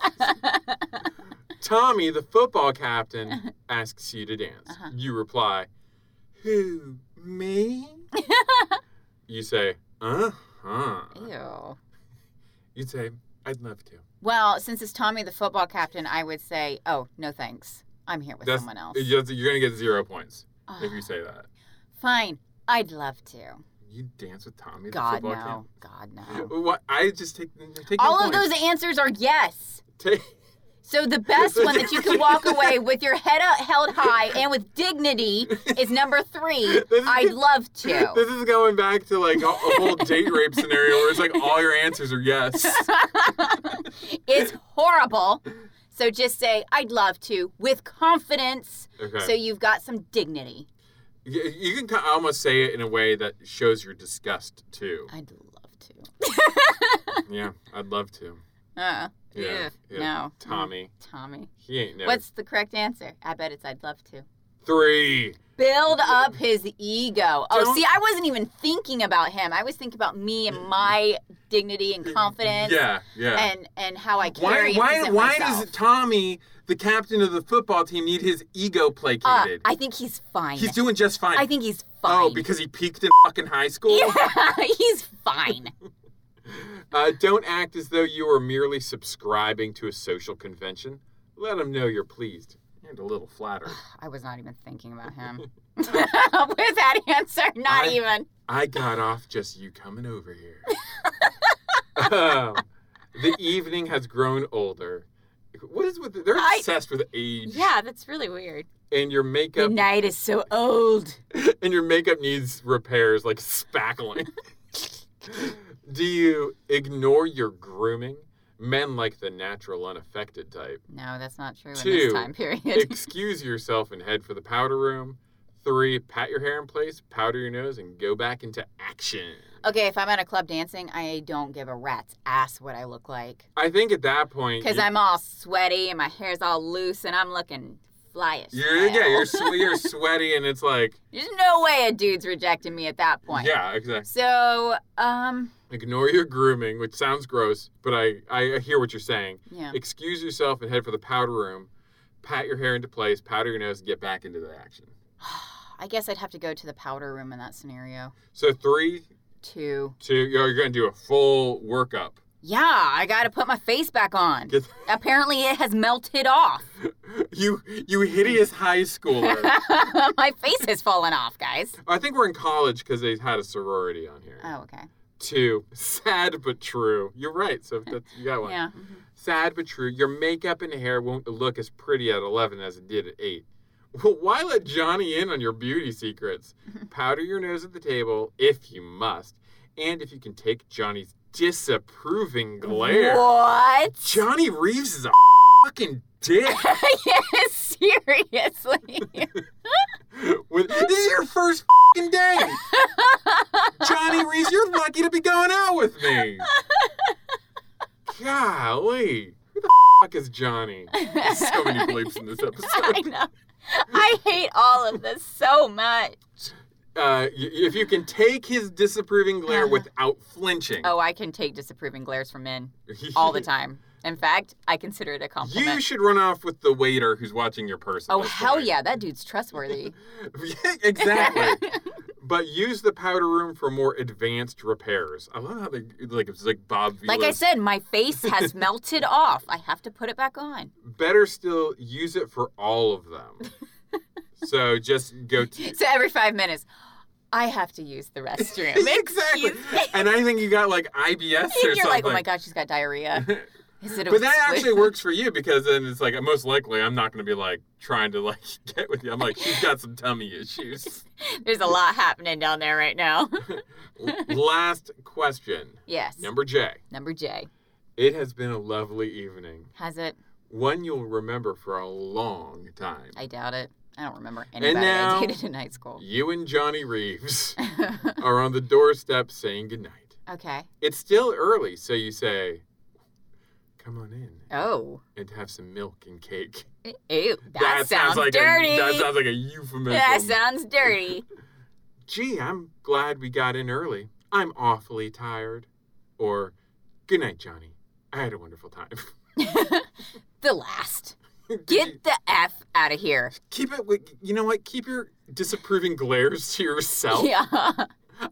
C: Tommy, the football captain, asks you to dance.
B: Uh-huh.
C: You reply, Who, me? you say, Uh huh.
B: Ew.
C: You'd say, I'd love to.
B: Well, since it's Tommy the football captain, I would say, oh, no thanks. I'm here with
C: That's-
B: someone else.
C: You're going to get zero points
B: Ah,
C: if you say that.
B: Fine. I'd love to.
C: You dance with Tommy,
B: God no.
C: the football captain.
B: God no.
C: What? I just take, take no
B: All of
C: points.
B: those answers are yes.
C: Take,
B: So the best one that you can walk away with your head up, held high and with dignity is number three.
C: This is-
B: I'd love
C: This
B: to.
C: is going back to like a, a whole date rape scenario where it's like all your answers are yes.
B: It's horrible. So just say I'd love to with confidence.
C: Okay.
B: So you've got some dignity.
C: you, you can kind of almost say it in a way that shows your disgust too.
B: I'd love to.
C: yeah, I'd love to.
B: Uh,
C: Yeah,
B: ugh,
C: yeah.
B: No.
C: Tommy,
B: Tommy.
C: he ain't never.
B: What's the correct answer? I bet it's I'd love to.
C: three?
B: Build up his ego. Oh,
C: Don't-
B: see, I wasn't even thinking about him. I was thinking about me and my dignity and confidence
C: Yeah, yeah.
B: and and how I
C: why
B: carry and
C: why
B: present
C: why
B: myself.
C: does Tommy, the captain of the football team, need his ego
B: Uh,
C: placated?
B: I think he's fine.
C: He's doing just fine.
B: I think he's fine.
C: Oh, because he peaked in fucking high school.
B: yeah, he's fine.
C: Uh, don't act as though you are merely subscribing to a social convention. Let them know you're pleased and a little flattered.
B: I was not even thinking about him. With that answer, not
C: I-
B: even.
C: I got off just you coming over here. Um, the evening has grown older. What is with they're
B: I-
C: obsessed with age?
B: Yeah, that's really weird.
C: And your
B: The
C: makeup
B: night is so old.
C: and your makeup needs repairs like spackling. Do you ignore your grooming? Men like the natural, unaffected type.
B: No, that's not true in
C: Two.
B: this time period.
C: excuse yourself and head for the powder room. Three, pat your hair in place, powder your nose, and go back into action.
B: okay, if I'm at a club dancing, I don't give a rat's ass what I look like.
C: I think at that point,
B: Because
C: you-
B: I'm all sweaty and my hair's all loose and I'm looking fly as
C: you're yeah,
B: hell.
C: you're, swe- you're sweaty, and it's like
B: There's no way a dude's rejecting me at that point.
C: yeah, exactly.
B: So, um,
C: Ignore your grooming, which sounds gross, but I I hear what you're saying.
B: yeah.
C: Excuse yourself and head for the powder room, pat your hair into place, powder your nose, and get back into the action.
B: I guess I'd have to go to the powder room in that scenario.
C: So three,
B: To
C: two, you're gonna do a full workup.
B: yeah, I gotta put my face back on.
C: Get-
B: Apparently, it has melted off.
C: you you hideous high schooler.
B: my face has fallen off, guys.
C: I think we're in college because they had a sorority on here.
B: Oh, okay.
C: Two, sad but true. You're right. So that's, you got one.
B: Yeah.
C: Sad but true. Your makeup and hair won't look as pretty at 11 as it did at 8. Well, why let Johnny in on your beauty secrets? Powder your nose at the table if you must, and if you can take Johnny's disapproving glare.
B: What?
C: Johnny Reeves is a fucking dick.
B: yes, seriously.
C: With, this is your first fucking day. Johnny Reese, you're lucky to be going out with me. Golly. Who the fuck is Johnny? There's so many bleeps in this
B: I
C: episode.
B: know. I hate all of this so much.
C: Uh, y- if you can take his disapproving glare
B: Uh-huh.
C: without flinching.
B: Oh, I can take disapproving glares from men all the time. In fact, I consider it a compliment.
C: You should run off with the waiter who's watching your purse. at
B: oh,
C: this
B: hell
C: point.
B: yeah, that dude's trustworthy.
C: Yeah, exactly. but use the powder room for more advanced repairs. I love how they like it's like Bob.
B: Like I
C: Vila's-
B: said, my face has melted off. I have to put it back on.
C: better still, use it for all of them. so just go to
B: So every five minutes, I have to use the restroom.
C: exactly.
B: Excuse me.
C: And I think you got like IBS or
B: And you're
C: something.
B: like, oh my god, she's got diarrhea. Is it a
C: But that
B: squid?"
C: actually works for you because then it's like most likely I'm not going to be like trying to like get with you. I'm like she's got some tummy issues.
B: There's a lot happening down there right now.
C: L- Last question,
B: yes.
C: number J.
B: Number J.
C: It has been a lovely evening,
B: Has it?
C: one you'll remember for a long time.
B: I doubt it. I don't remember
C: And
B: anybody
C: now-
B: I dated in high school.
C: You and Johnny Reeves are on the doorstep saying goodnight.
B: okay.
C: It's still early, so you say, "Come on in
B: Oh.
C: and have some milk and cake."
B: Ew. That, sounds,
C: like
B: dirty.
C: A, that sounds like a euphemism.
B: that sounds dirty.
C: Gee, I'm glad we got in early. I'm awfully tired. Or, good night, Johnny. I had a wonderful time.
B: the last. Get the F out of here.
C: keep it. with- You know what? Keep your disapproving glares to yourself.
B: Yeah.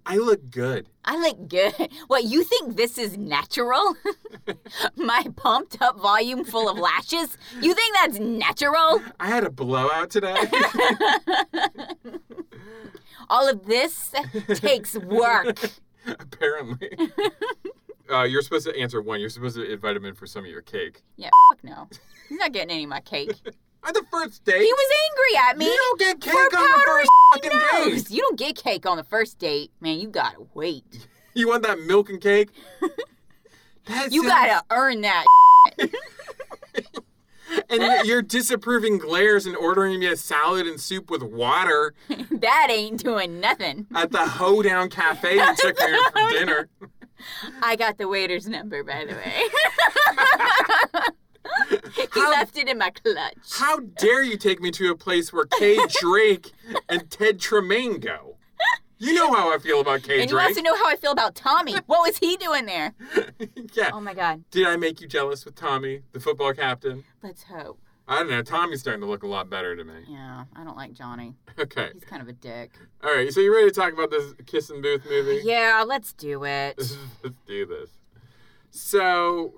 C: I look good.
B: I look good. What, you think this is natural? My pumped up volume full of lashes? You think that's natural?
C: I had a blowout today.
B: All of this takes work.
C: Apparently. Uh, you're supposed to answer one. You're supposed to invite him in for some of your cake.
B: Yeah, fuck no. He's not getting any of my cake.
C: On the first date.
B: He was angry at me.
C: you don't get cake
B: for
C: on the
B: powdery
C: first fucking date.
B: You don't get cake on the first date, man. You gotta wait.
C: You want that milk and cake? That's
B: You
C: it.
B: gotta earn that.
C: And y- your disapproving glares and ordering me a salad and soup with water
B: That ain't doing nothing.
C: at the Hoedown Cafe you took me to for dinner.
B: I got the waiter's number, by the way. he left it in my clutch.
C: How dare you take me to a place where Kay Drake and Ted Tremaine go? You know how I feel about Kay
B: And you
C: Drake.
B: wants to know how I feel about Tommy. What was he doing there?
C: yeah.
B: Oh my God.
C: Did I make you jealous with Tommy, the football captain?
B: Let's hope.
C: I don't know. Tommy's starting to look a lot better to me.
B: Yeah, I don't like Johnny.
C: Okay.
B: He's kind of a dick.
C: All right. So you ready to talk about this Kiss and Booth movie?
B: Yeah, let's do it.
C: Let's do this. So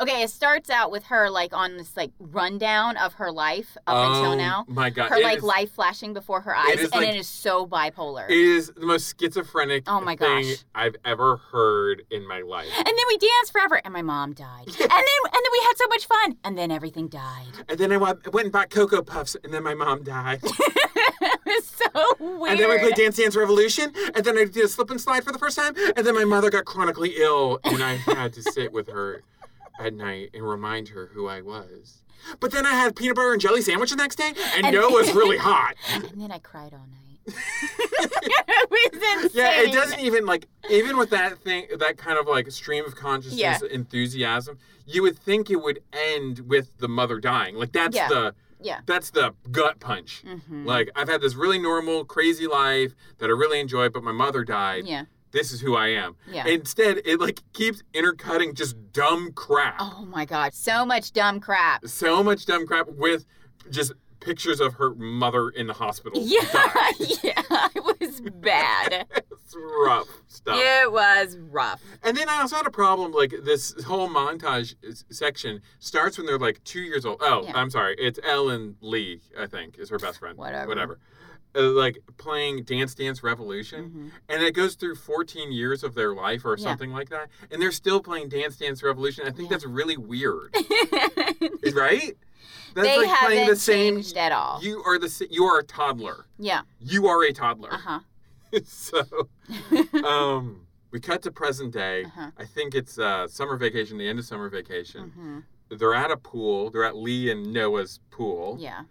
B: Okay, it starts out with her like on this like rundown of her life up
C: oh
B: until now.
C: my God,
B: Her
C: it
B: like
C: is-
B: life flashing before her eyes,
C: is
B: and
C: like-
B: it is so bipolar.
C: It is the most schizophrenic
B: Oh my
C: thing
B: gosh.
C: I've ever heard in my life.
B: and then we danced forever, and my mom died. and then and then we had so much fun, and then everything died.
C: And then I wa- went and bought Cocoa Puffs, and then my mom died.
B: it was so weird.
C: and then we played Dance Dance Revolution, and then I did a slip and slide for the first time, and then my mother got chronically ill, and I had to sit with her at night and remind her who I was. But then I had peanut butter and jelly sandwich the next day, and,
B: And-
C: Noah was really hot.
B: And then I cried all night. it was insane.
C: Yeah, it doesn't even like even with that thing, that kind of like stream of consciousness
B: Yeah.
C: enthusiasm. You would think it would end with the mother dying. Like that's
B: Yeah.
C: the
B: Yeah.
C: that's the gut punch.
B: Mhm.
C: Like I've had this really normal, crazy life that I really enjoy, but my mother died.
B: Yeah.
C: This is who I am.
B: Yeah.
C: Instead, it like keeps intercutting just dumb crap.
B: Oh my god, so much dumb crap.
C: So much dumb crap with just pictures of her mother in the hospital.
B: Yeah,
C: dying.
B: yeah, it was bad.
C: It's rough stuff.
B: it was rough.
C: And then I also had a problem. Like this whole montage is- section starts when they're like two years old. Oh,
B: Yeah.
C: I'm sorry. It's Ellen Lee, I think, is her best friend.
B: Whatever.
C: Whatever. Uh, like playing Dance Dance Revolution,
B: Mhm.
C: and it goes through 14 years of their life or
B: Yeah.
C: something like that, and they're still playing Dance Dance Revolution. I think
B: Yeah.
C: that's really weird, right? That's
B: they
C: like
B: haven't
C: playing the same.
B: changed at all.
C: You are the sa- you are a toddler.
B: yeah.
C: You are a toddler.
B: Uh huh.
C: so um we cut to present day
B: Uh-huh.
C: i think it's uh summer vacation the end of summer vacation
B: hmm
C: they're at a pool they're at lee and noah's pool
B: Yeah.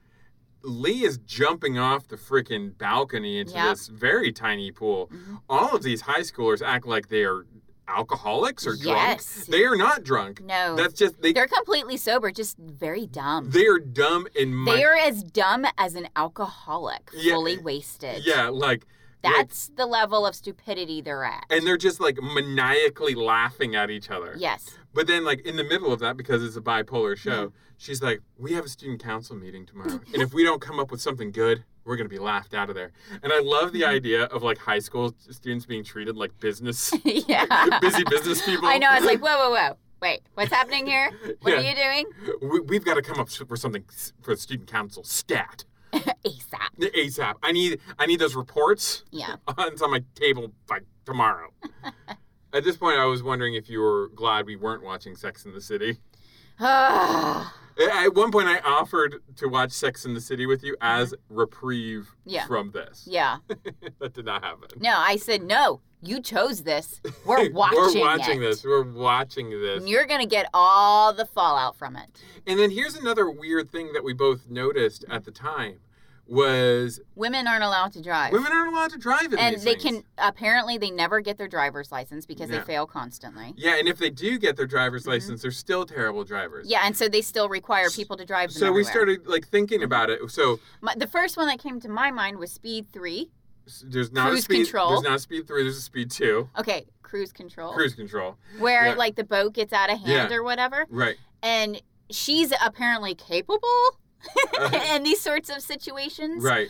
C: lee is jumping off the freaking balcony into
B: Yep.
C: this very tiny pool
B: Mhm.
C: all of these high schoolers act like they are alcoholics or
B: Yes.
C: drunk they are not drunk
B: No.
C: that's just they
B: They're completely sober, just very dumb.
C: they are dumb in my
B: They are as dumb as an alcoholic,
C: Yeah, eh,
B: fully wasted.
C: yeah like like,
B: That's the level of stupidity they're at.
C: and they're just like maniacally laughing at each other
B: yes.
C: But then, like in the middle of that, because it's a
B: Mm-hmm.
C: bipolar show, she's like, "We have a student council meeting tomorrow, and if we don't come up with something good, we're gonna be laughed out of there. And I love
B: Mm-hmm.
C: the idea of like high school students being treated like business.
B: yeah.
C: Busy business people.
B: I know. I was like, whoa, whoa, whoa. Wait, what's happening here? What are
C: Yeah.
B: you doing?
C: We, we've got to come up for something s- for student council stat
B: ASAP.
C: ASAP. I need I need those reports.
B: Yeah.
C: It's on my table by tomorrow. At this point, I was wondering if you were glad we weren't watching Sex in the City. At one point, I offered to watch Sex in the City with you as reprieve
B: Mm-hmm. Yeah.
C: from this.
B: yeah.
C: that did not happen.
B: No, I said, no, you chose this. We're watching
C: We're watching
B: it.
C: this. We're watching this.
B: And you're going to get all the fallout from it.
C: And then here's another weird thing that we both noticed at the time was
B: Women aren't allowed to drive.
C: women aren't allowed to drive in
B: and
C: these
B: they can,
C: things.
B: apparently, they never get their driver's license because
C: No.
B: they fail constantly.
C: Yeah, and if they do get their driver's license, they're still terrible drivers.
B: Mm-hmm. Yeah, and so they still require people to drive them
C: So we
B: everywhere.
C: started like thinking about it. So
B: My, the first one that came to my mind was Speed 3.
C: s- there's not a
B: Cruise
C: speed.
B: control.
C: There's not a speed three. There's a speed two.
B: Okay, cruise control.
C: Cruise control.
B: where
C: yeah.
B: like the boat gets out of hand
C: Yeah.
B: or whatever.
C: Right.
B: And she's apparently capable
C: Uh,
B: in these sorts of situations,
C: right.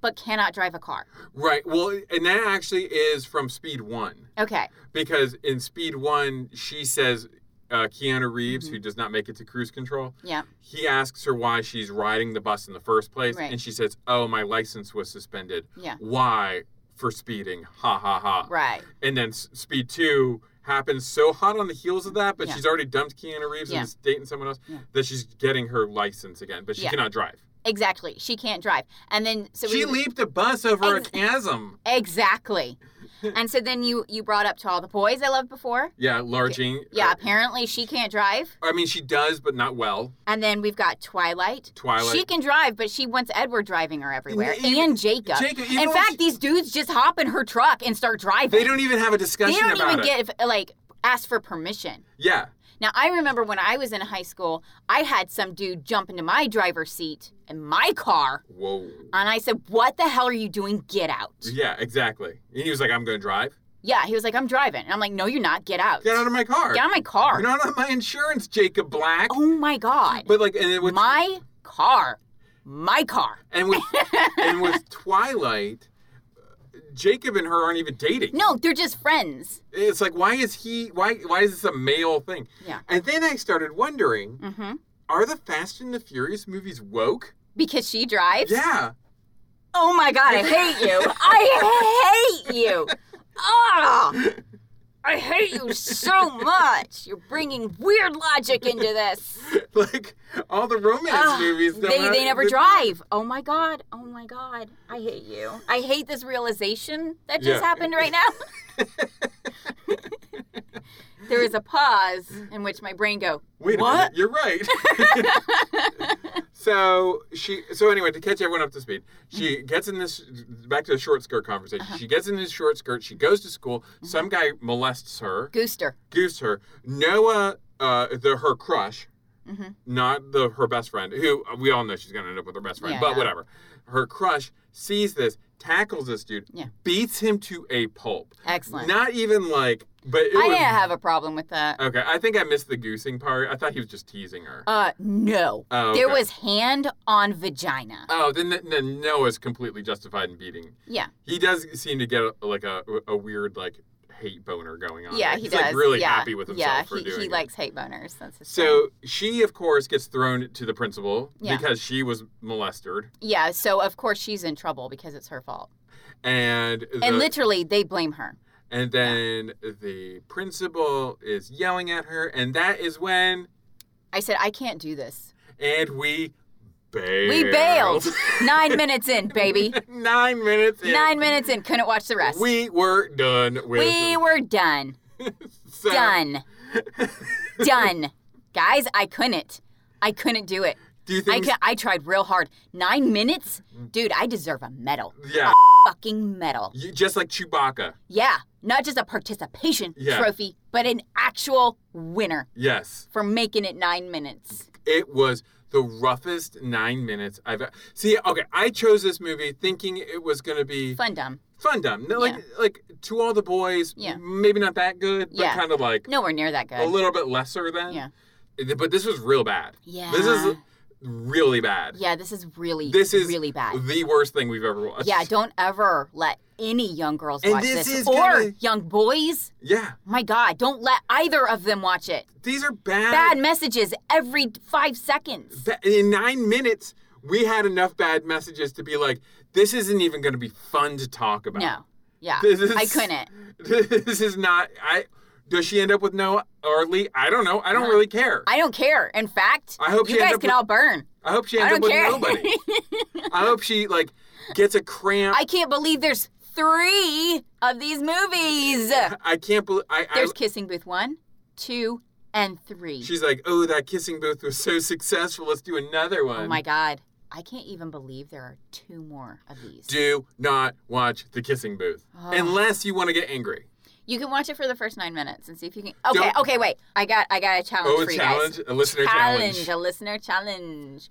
B: but cannot drive a car.
C: Right. Well, and that actually is from Speed One
B: Okay.
C: because in Speed One she says uh, Keanu Reeves,
B: Mm-hmm.
C: who does not make it to cruise control,
B: Yeah.
C: he asks her why she's riding the bus in the first place,
B: Right.
C: and she says, "Oh, my license was suspended.
B: Yeah.
C: Why? For speeding. Ha ha ha."
B: Right.
C: and then S- Speed Two happens so hot on the heels of that, but
B: Yeah.
C: she's already dumped Keanu Reeves
B: Yeah.
C: and is dating someone else
B: Yeah.
C: that she's getting her license again, but she
B: Yeah.
C: cannot drive.
B: Exactly. She can't drive. And then so
C: she
B: we
C: leaped a bus over
B: Ex-
C: a chasm.
B: Exactly. and so then you you brought up to all the boys I loved before.
C: Yeah, larging. uh,
B: Yeah, apparently she can't drive.
C: I mean, she does, but not well.
B: And then we've got Twilight.
C: Twilight.
B: She can drive, but she wants Edward driving her everywhere.
C: And even-
B: and Jacob.
C: Jacob, even
B: In
C: when
B: fact,
C: she-
B: these dudes just hop in her truck and start driving.
C: They don't even have a discussion
B: they don't
C: about
B: even
C: it.
B: get if, like asked for permission
C: yeah.
B: now i remember when i was in high school i had some dude jump into my driver's seat in my car
C: Whoa.
B: and i said what the hell are you doing get out
C: Yeah, exactly. And he was like, "I'm going to drive.
B: yeah he was like i'm driving and i'm like no you're not get out
C: Get out of my car.
B: Get out of my car
C: You're not on my insurance, Jacob Black."
B: oh my god
C: But like, and it was
B: my car my car
C: and with and with Twilight, Jacob and her aren't even dating.
B: no they're just friends
C: It's like why is he why why is this a male thing?
B: Yeah.
C: And then I started wondering,
B: mm-hmm
C: are the Fast and the Furious movies woke?
B: because she drives
C: Yeah.
B: oh my god i hate you i hate you ah I hate you so much. You're bringing weird logic into this.
C: like all the romance
B: Ah,
C: movies
B: they,
C: don't have-
B: they never drive. Oh my god. Oh my god. I hate you. I hate this realization that just
C: Yeah.
B: happened right now. there was a pause in which my brain go,
C: Wait a
B: What?
C: minute, you're right. so she so anyway, to catch everyone up to speed, she
B: Mm-hmm.
C: gets in this back to the short skirt conversation.
B: Uh-huh.
C: She gets in this short skirt, she goes to school,
B: Mm-hmm.
C: some guy molests her,
B: Gooster.
C: goose her. Noah, uh, the her crush,
B: Mhm.
C: not the her best friend, who we all know she's gonna end up with her best friend,
B: Yeah,
C: but
B: yeah.
C: whatever. Her crush sees this, tackles this dude,
B: Yeah.
C: beats him to a pulp.
B: Excellent.
C: Not Uh, even like, but it
B: I
C: was,
B: didn't have a problem with that.
C: okay. I think I missed the goosing part. I thought he was just teasing her.
B: Uh no.
C: Oh,
B: There
C: okay.
B: was hand on vagina.
C: oh, then then Noah's completely justified in beating.
B: Yeah.
C: He does seem to get a, like a, a weird like hate boner going on.
B: Yeah,
C: there.
B: he
C: oh, He's
B: does.
C: like really
B: yeah.
C: happy with himself
B: yeah,
C: for
B: he,
C: doing
B: he
C: it.
B: likes hate boners. That's his thing.
C: So she, of course, gets thrown to the principal
B: Yeah.
C: because she was molested,
B: Yeah, so of course she's in trouble because it's her fault.
C: and the,
B: and literally they blame her.
C: and then the principal is yelling at her, and that is when
B: I said, I can't do this.
C: and we bailed.
B: We bailed. Nine minutes in, baby.
C: Nine minutes. in,
B: Nine minutes in. Couldn't watch the rest.
C: We were done with.
B: We were done.
C: so-
B: Done. done. Guys, I couldn't. I couldn't do it.
C: Do you
B: I,
C: think?
B: cou- I tried real hard. Nine minutes? Dude, I deserve a medal.
C: yeah.
B: Fucking medal.
C: You, just like Chewbacca.
B: Yeah, not just a participation
C: Yeah.
B: trophy, but an actual winner
C: Yes.
B: for making it nine minutes.
C: It was the roughest nine minutes I've. e-, See, okay, I chose this movie thinking it was going to be
B: Fun dumb.
C: fun dumb. No, like like to all the boys.
B: Yeah.
C: m- Maybe not that good, but
B: Yeah.
C: kind of like
B: Nowhere near that
C: a
B: good.
C: little bit lesser than.
B: Yeah.
C: Th- But this was real bad.
B: Yeah.
C: This is really bad.
B: Yeah, this is really,
C: This is
B: really bad.
C: The worst thing we've ever watched.
B: Yeah, don't ever let any young girls
C: And
B: watch
C: this
B: this,
C: is
B: or
C: gonna-
B: young boys.
C: Yeah.
B: My God, don't let either of them watch it.
C: These are
B: Bad messages every five seconds.
C: Th- in nine minutes, we had enough bad messages to be like, this isn't even going to be fun to talk about.
B: No, yeah,
C: This is-
B: I couldn't.
C: This is not. I. Does she end up with Noah or Lee? I don't know. I don't
B: No.
C: really care. I,
B: I don't care. In fact,
C: I hope
B: you
C: she end
B: guys
C: up
B: can
C: with-
B: all burn.
C: hope she
B: I
C: ends
B: don't
C: up with
B: care.
C: nobody. I hope she like gets a cramp.
B: I can't believe there's three of these movies.
C: I can't believe. I, I
B: There's Kissing Booth one, two, and three.
C: she's like, oh, that kissing booth was so successful. Let's do another one.
B: oh my God, I can't even believe there are two more of these.
C: Do not watch the kissing booth
B: Oh.
C: unless you want to get angry.
B: You can watch it for the first nine minutes and see if you can. Okay,
C: Don't-
B: okay, wait. I got, I got a challenge
C: Oh,
B: for
C: a
B: you
C: challenge,
B: guys.
C: a listener challenge.
B: a listener challenge.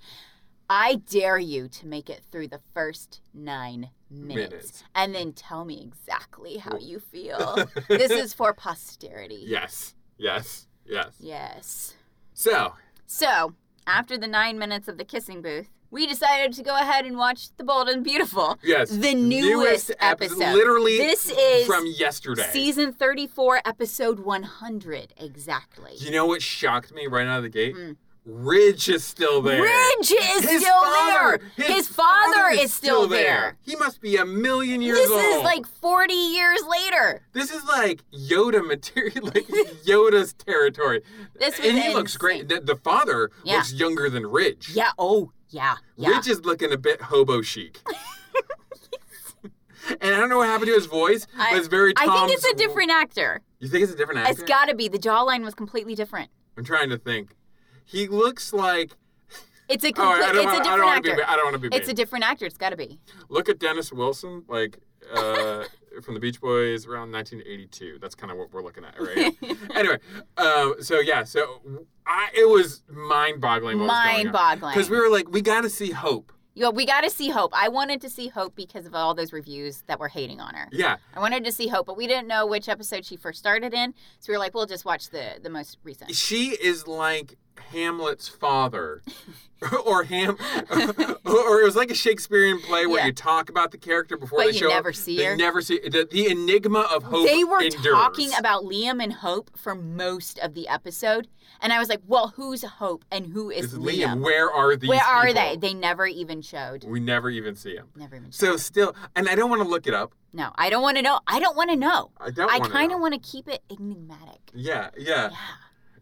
B: I dare you to make it through the first nine minutes,
C: Minutes.
B: and then tell me exactly how you feel. this is for posterity.
C: Yes, yes, yes.
B: Yes.
C: So
B: So, after the nine minutes of the kissing booth, we decided to go ahead and watch The Bold and Beautiful.
C: Yes.
B: The newest,
C: epi-
B: episode.
C: Literally
B: This is
C: from yesterday.
B: season 34, episode 100, exactly.
C: You know what shocked me right out of the gate?
B: Mm.
C: Ridge is still there.
B: Ridge is
C: His
B: still
C: father-
B: there. His, father, is still there.
C: He must be a million years
B: This
C: old.
B: is like 40 years later.
C: this is like Yoda material, like Yoda's territory.
B: This was
C: and he looks great. The, the father
B: Yeah.
C: looks younger than Ridge.
B: Yeah, oh, yeah, yeah.
C: Ridge is looking a bit hobo chic. and I don't know what happened to his voice,
B: I-
C: but it's very.
B: I
C: Tom's,
B: think it's a different actor.
C: You think it's a different actor?
B: It's got to be. The jawline was completely different.
C: I'm trying to think. He looks like.
B: It's a
C: Oh,
B: complete,
C: I don't,
B: it's
C: wanna-
B: a
C: I don't
B: different
C: want to
B: actor.
C: be. I don't want to be.
B: It's
C: mean.
B: a different actor. It's got to be.
C: Look at Dennis Wilson, like uh, from the Beach Boys around 1982. That's kind of what we're looking at, right? anyway, um, so yeah, so I, it was mind-boggling. What
B: Mind boggling.
C: Because we were like, we got to see Hope.
B: Yeah, we got to see Hope. I wanted to see Hope because of all those reviews that were hating on her.
C: Yeah,
B: I wanted to see Hope, but we didn't know which episode she first started in, so we were like, we'll just watch the the most recent.
C: she is like Hamlet's father. or Ham, or it was like a Shakespearean play where
B: Yeah.
C: you talk about the character before
B: But
C: they
B: you
C: show up.
B: never see
C: They
B: her.
C: never see the, the enigma of hope.
B: They were
C: endures.
B: talking about Liam and Hope for most of the episode, and I was like, well, who's Hope and who is
C: It's Liam.
B: Liam?
C: Where are these?
B: Where are
C: people?
B: they? They never even showed.
C: We never even see him.
B: Never even.
C: So still, and I don't want to look it up.
B: No, I don't want to know. I don't want to know.
C: I don't.
B: I
C: wanna
B: kind of
C: know.
B: want to keep it enigmatic.
C: Yeah,
B: Yeah.
C: yeah,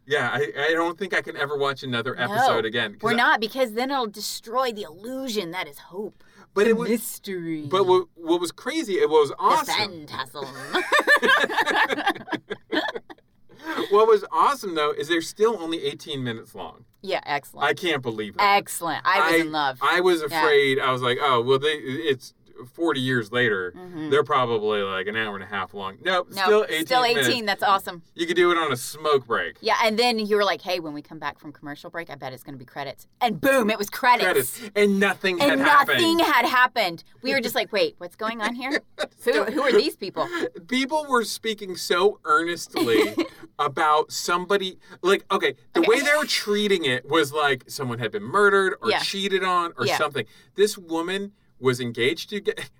C: yeah. I, I don't think I can ever watch another
B: No,
C: episode again. 'cause
B: We're
C: I-
B: not because then it'll destroy the illusion that is hope.
C: But it was.
B: mystery.
C: But what, what was crazy? It was
B: the
C: awesome.
B: phantasm.
C: What was awesome though is they're still only 18 minutes long.
B: yeah, excellent.
C: I can't believe that.
B: excellent. I was in love.
C: I was
B: Yeah.
C: afraid. I was like, oh well, they. It's 40 years later.
B: Mhm.
C: They're probably like an hour and a half long. Nope,
B: no,
C: still 18.
B: still 18.
C: minutes.
B: That's awesome.
C: You could do it on a smoke break.
B: Yeah, and then you were like, hey, when we come back from commercial break, I bet it's going to be credits. And boom, it was credits.
C: Credits. And nothing had
B: And nothing
C: happened.
B: had happened. We were just like, wait, what's going on here? who, who are these people?
C: people were speaking so earnestly about somebody like okay the
B: Okay.
C: way they were treating it was like someone had been murdered or
B: Yeah.
C: cheated on or
B: Yeah.
C: something this woman was engaged to get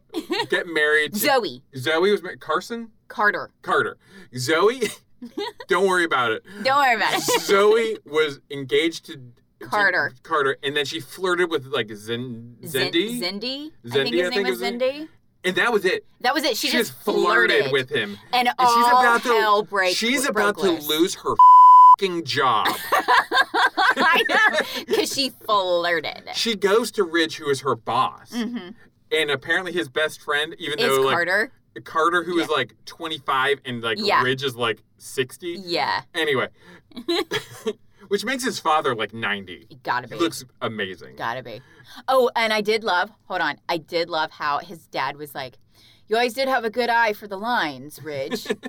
C: get married to,
B: Zoe,
C: zoe was married carson
B: Carter.
C: carter zoe don't worry about it
B: Don't worry about it.
C: zoe was engaged to to
B: Carter.
C: carter and then she flirted with like Zen,
B: Zin-
C: zendi
B: Zindy? I
C: Zendi,
B: think his
C: I
B: name was
C: think it was-
B: Zindy.
C: and that was it
B: That was it. She, just
C: flirted with him
B: And
C: And
B: all Oh, hell breaks
C: She's
B: broke
C: about
B: loose.
C: to lose her fing job.
B: because she flirted.
C: she goes to Ridge, who is her boss,
B: Mm-hmm.
C: and apparently his best friend, even
B: Is
C: though like
B: Carter?
C: Carter, who is like 25 and like
B: Yeah.
C: Ridge is like 60.
B: Yeah,
C: Anyway, which makes his father like 90.
B: gotta
C: He
B: be,
C: looks amazing.
B: gotta be. Oh, and I did love. Hold on, I did love how his dad was like, "You always did have a good eye for the lines, Ridge," and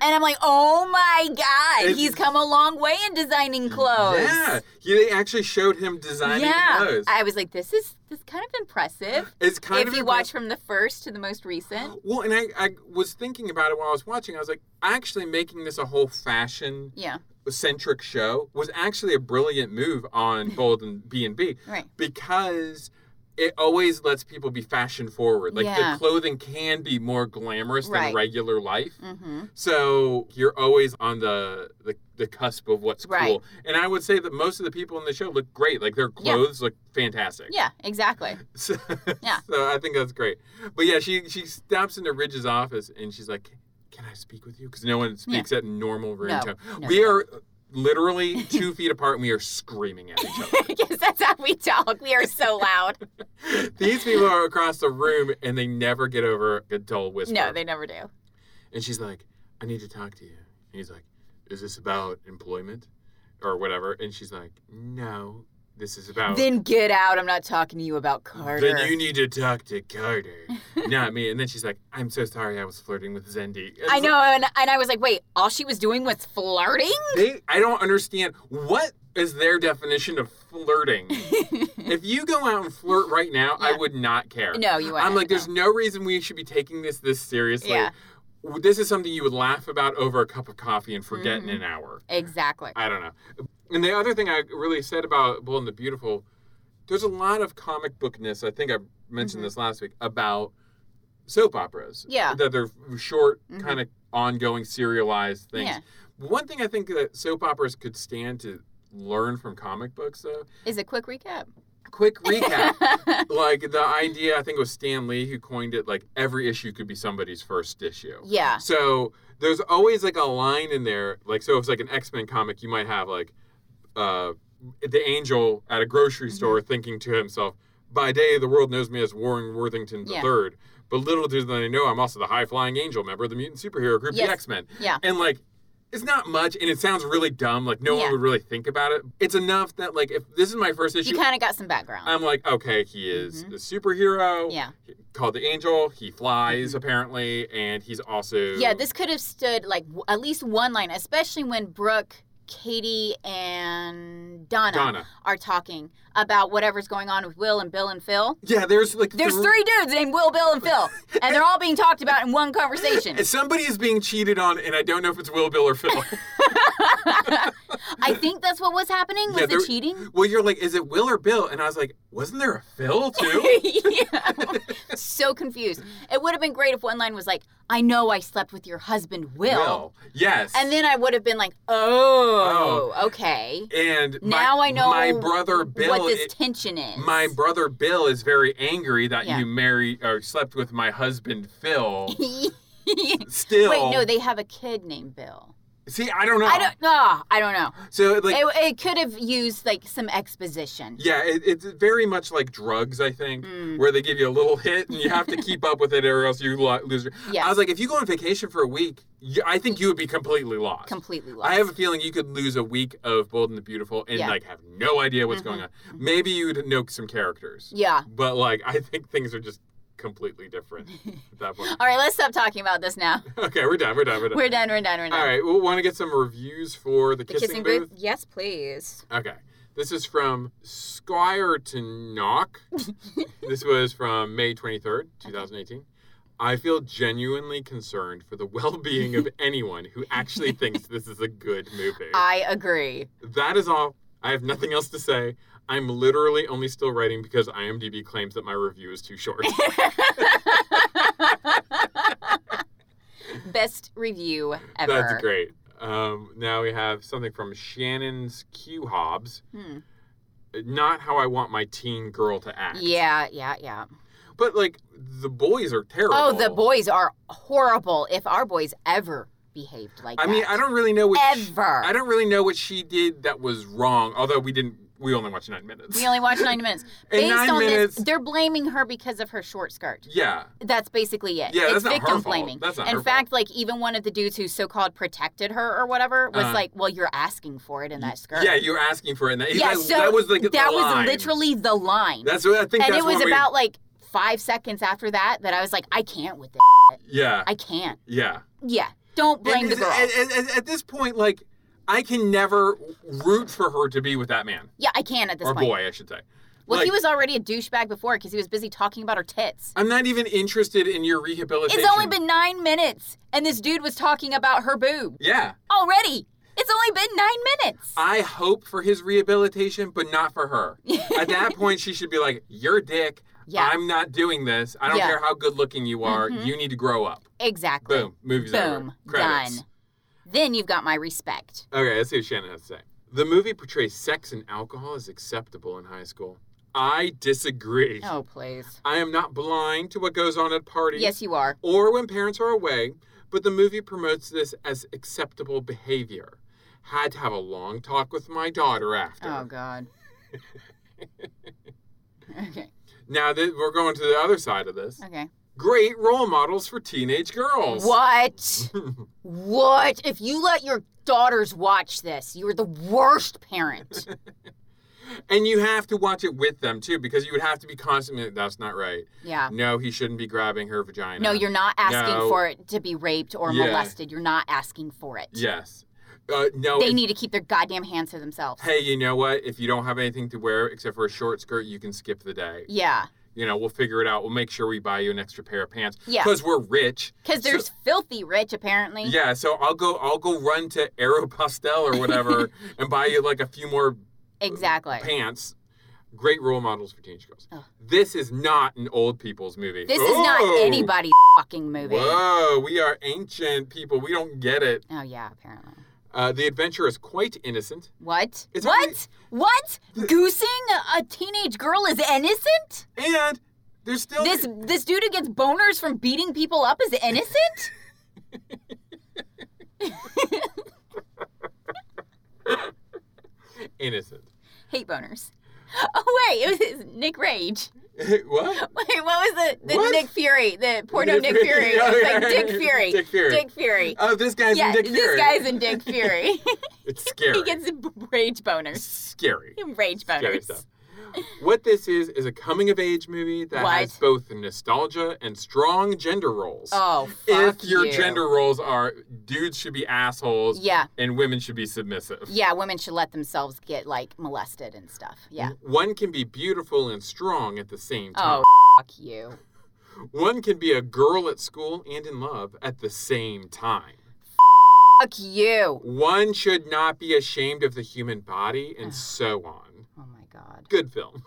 B: I'm like, "Oh my God,
C: It's-
B: he's come a long way in designing clothes."
C: Yeah, he they actually showed him designing
B: Yeah.
C: clothes.
B: I was like, "This is this kind of impressive
C: It's kind
B: if
C: of Oh.
B: you
C: impre-
B: watch from the first to the most recent.
C: Well, and I, I was thinking about it while I was watching. I was like, actually making this a whole fashion
B: Yeah,
C: centric show was actually a brilliant move on Bold and B and B
B: right.
C: because it always lets people be fashion forward. Like
B: Yeah.
C: the clothing can be more glamorous
B: Right.
C: than regular life.
B: Mm-hmm.
C: So you're always on the the, the cusp of what's
B: Right.
C: cool. And I would say that most of the people in the show look great. Like their
B: Yeah.
C: clothes look fantastic.
B: Yeah, exactly.
C: So,
B: Yeah.
C: so I think that's great. But yeah, she she stops into Ridge's office and she's like, "Can I speak with you?" Because no one speaks at normal room
B: No,
C: tone.
B: no,
C: we
B: no.
C: are literally two feet apart and we are screaming at each other.
B: Because that's how we talk. We are so loud.
C: These people are across the room and they never get over a dull whisper.
B: No, they never do.
C: And she's like, I need to talk to you. And he's like, Is this about employment or whatever? And she's like, No, this is about.
B: Then get out. I'm not talking to you about Carter.
C: Then you need to talk to Carter, not me. And then she's like, I'm so sorry I was flirting with Zendi. It's
B: I know, and, and I was like, wait, all she was doing was flirting?
C: like, They, I don't understand. What is their definition of flirting? if you go out and flirt right now, I
B: Yeah.
C: would not care.
B: No, you weren't.
C: I'm like,
B: no.
C: there's no reason we should be taking this this seriously.
B: Yeah.
C: W- This is something you would laugh about over a cup of coffee and forget
B: Mhm.
C: in an hour.
B: Exactly.
C: I don't know. And the other thing I really said about Bull and the Beautiful, there's a lot of comic bookness. I think I mentioned
B: Mhm.
C: this last week about soap operas.
B: Yeah.
C: That they're short,
B: Mhm.
C: kind of ongoing, serialized things.
B: Yeah.
C: One thing I think that soap operas could stand to learn from comic books, though,
B: Is a quick recap.
C: quick recap. like the idea, I think it was Stan Lee who coined it. Like every issue could be somebody's first issue.
B: yeah.
C: So there's always like a line in there. Like so, if it's like an X Men comic, you might have like uh, the Angel at a grocery
B: Mm-hmm.
C: store thinking to himself, "By day, the world knows me as Warren Worthington the
B: Yeah.
C: Third, but little do they know I'm also the high flying angel member of the mutant superhero group,
B: Yes.
C: the X Men."
B: Yeah.
C: And like. It's not much, and it sounds really dumb. Like no
B: Yeah.
C: one would really think about it. It's enough that like if this is my first issue,
B: You kind of got some background.
C: I'm like, okay, he is a superhero.
B: yeah. Mm-hmm.
C: Called the Angel. He flies apparently, and he's also
B: Yeah, this could have stood like w- at least one line, especially when Brooke, Katie, and Donna,
C: Donna.
B: are talking about whatever's going on with Will and Bill and Phil.
C: Yeah, there's like
B: There's three dudes named Will, Bill, and Phil, and they're all being talked about in one conversation.
C: Somebody is being cheated on, and I don't know if it's Will, Bill, or Phil.
B: I think that's what was happening was
C: Yeah,
B: the
C: there-
B: cheating.
C: well, you're like, is it Will or Bill? And I was like, wasn't there a Phil too?
B: yeah. So confused. It would have been great if one line was like, "I know I slept with your husband, Will,"
C: Yes.
B: and then I would have been like, "Oh, okay."
C: And my-
B: Now I know
C: my brother Bill.
B: what this
C: i-
B: tension is.
C: my brother Bill is very angry that
B: Yeah.
C: you married or slept with my husband Phil.
B: Wait,
C: Still,
B: no, they have a kid named Bill.
C: see, I don't know.
B: I don't. ah, I don't know.
C: so like,
B: it, it could have used like some exposition.
C: Yeah, it, it's very much like drugs, I think,
B: Mm.
C: where they give you a little hit and you have to keep up with it or else you lo- lose. your-
B: Yeah.
C: I was like, if you go on vacation for a week, you, I think you would be completely lost.
B: Completely lost.
C: I have a feeling you could lose a week of Bold and the Beautiful and
B: Yeah. Mm-hmm.
C: like have no idea what's going on. Maybe you'd know some characters,
B: yeah.
C: but like I think things are just completely different at that point.
B: All right, let's stop talking about this now.
C: Okay, we're done. We're done. We're done.
B: We're done. We're done. We're done.
C: All right, we want to get some reviews for the,
B: The kissing, booth? Yes, please.
C: Okay. This is from Squire to Knock. this was from May 23rd, 2018. I feel genuinely concerned for the well being of anyone who actually thinks this is a good movie.
B: I agree.
C: that is all. I have nothing else to say. I'm literally only still writing because IMDb claims that my review is too short.
B: Best review ever.
C: That's great. Um, now we have something from Shannon's Q Hobbs.
B: Hmm.
C: Not how I want my teen girl to act.
B: Yeah, yeah, yeah.
C: But like the boys are terrible.
B: Oh, the boys are horrible. If our boys ever behaved like
C: I
B: that,
C: mean, I don't really know what she-
B: ever.
C: I don't really know what she did that was wrong. Although we didn't, we only watched nine minutes.
B: We only watched 90 minutes.
C: In
B: Based
C: nine
B: on
C: minutes-
B: this, they're blaming her because of her short skirt.
C: yeah,
B: That's basically it.
C: Yeah,
B: it's
C: that's not her
B: victim
C: fault.
B: blaming.
C: That's not
B: in
C: her
B: fact, like even one of the dudes who so-called protected her or whatever was
C: Uh-huh.
B: like, "Well, you're asking for it in that skirt."
C: yeah, you were asking for it. And that,
B: Yeah,
C: that,
B: so
C: that was like the
B: that was
C: line.
B: literally the line.
C: That's what I think.
B: and it
C: that's
B: was
C: when we-
B: about like five seconds after that that I was like, "I can't with this.
C: yeah,
B: I can't."
C: yeah.
B: Yeah, don't blame
C: and,
B: the girl.
C: and- and- and at this point, like, I can never root for her to be with that man
B: yeah, I can at this
C: or
B: point.
C: boy, I should say.
B: Well, he
C: Like-
B: was already a douchebag before because he was busy talking about her tits.
C: I'm not even interested in your rehabilitation.
B: It's only been nine minutes, and this dude was talking about her boob
C: Yeah.
B: already. It's only been nine minutes.
C: I hope for his rehabilitation, but not for her. At that point, she should be like, You're a dick.
B: yeah,
C: I'm not doing this. I don't
B: Yeah.
C: care how good looking you are.
B: Mhm.
C: You need to grow up.
B: exactly.
C: Boom. Movie's
B: Boom.
C: over. Credits.
B: Done. Then you've got my respect.
C: Okay, let's see what Shannon has to say. The movie portrays sex and alcohol as acceptable in high school. I disagree.
B: Oh, please.
C: I am not blind to what goes on at parties
B: Yes, you are.
C: or when parents are away, but the movie promotes this as acceptable behavior. Had to have a long talk with my daughter after.
B: Oh, God. okay.
C: Now that we're going to the other side of this.
B: Okay.
C: Great role models for teenage girls.
B: What? what? If you let your daughters watch this, you're the worst parent.
C: And you have to watch it with them too, because you would have to be constantly like, that's not right.
B: Yeah.
C: No, he shouldn't be grabbing her vagina.
B: No, you're not asking
C: No.
B: for it to be raped or
C: Yeah.
B: molested. You're not asking for it.
C: Yes. Uh, no.
B: They
C: if-
B: need to keep their goddamn hands to themselves.
C: hey, you know what? If you don't have anything to wear except for a short skirt, you can skip the day.
B: Yeah.
C: You know, we'll figure it out. We'll make sure we buy you an extra pair of pants.
B: Yeah.
C: Because we're rich.
B: Because
C: So-
B: there's filthy rich, apparently.
C: Yeah. So I'll go. I'll go run to Aeropostale or whatever and buy you like a few more
B: Exactly.
C: pants. Great role models for teenage girls.
B: Ugh.
C: This is not an old people's movie.
B: Oh. This is not
C: Oh!
B: anybody's fucking movie.
C: Whoa, we are ancient people. We don't get it.
B: Oh, yeah, apparently.
C: Uh, the adventure is quite innocent.
B: What?
C: It's
B: what?
C: already-
B: What? Goosing a- a teenage girl is innocent?
C: And there's still
B: This this dude who gets boners from beating people up is innocent?
C: innocent.
B: Hate boners. Oh wait, it was it was Nick Rage.
C: what?
B: Wait, what was the, the
C: What?
B: Nick Fury, the porno Nick Fury?
C: Yeah,
B: It's
C: yeah,
B: like Dick
C: yeah.
B: Fury.
C: Dick Fury.
B: Dick Fury.
C: Oh, this guy's
B: yeah,
C: in Dick
B: this
C: Fury.
B: guy's in Dick Fury.
C: It's scary.
B: he gets b- rage boners.
C: scary.
B: Rage
C: Scary
B: boners.
C: stuff. What this is is a coming of age movie that
B: What?
C: has both nostalgia and strong gender roles.
B: Oh, fuck
C: if your
B: you.
C: gender roles are dudes should be assholes
B: Yeah,
C: and women should be submissive.
B: yeah, women should let themselves get like molested and stuff. Yeah.
C: One can be beautiful and strong at the same Mm-hmm. time.
B: Oh, fuck you.
C: One can be a girl at school and in love at the same time.
B: Fuck you.
C: One should not be ashamed of the human body and so on.
B: Oh my god.
C: Good film.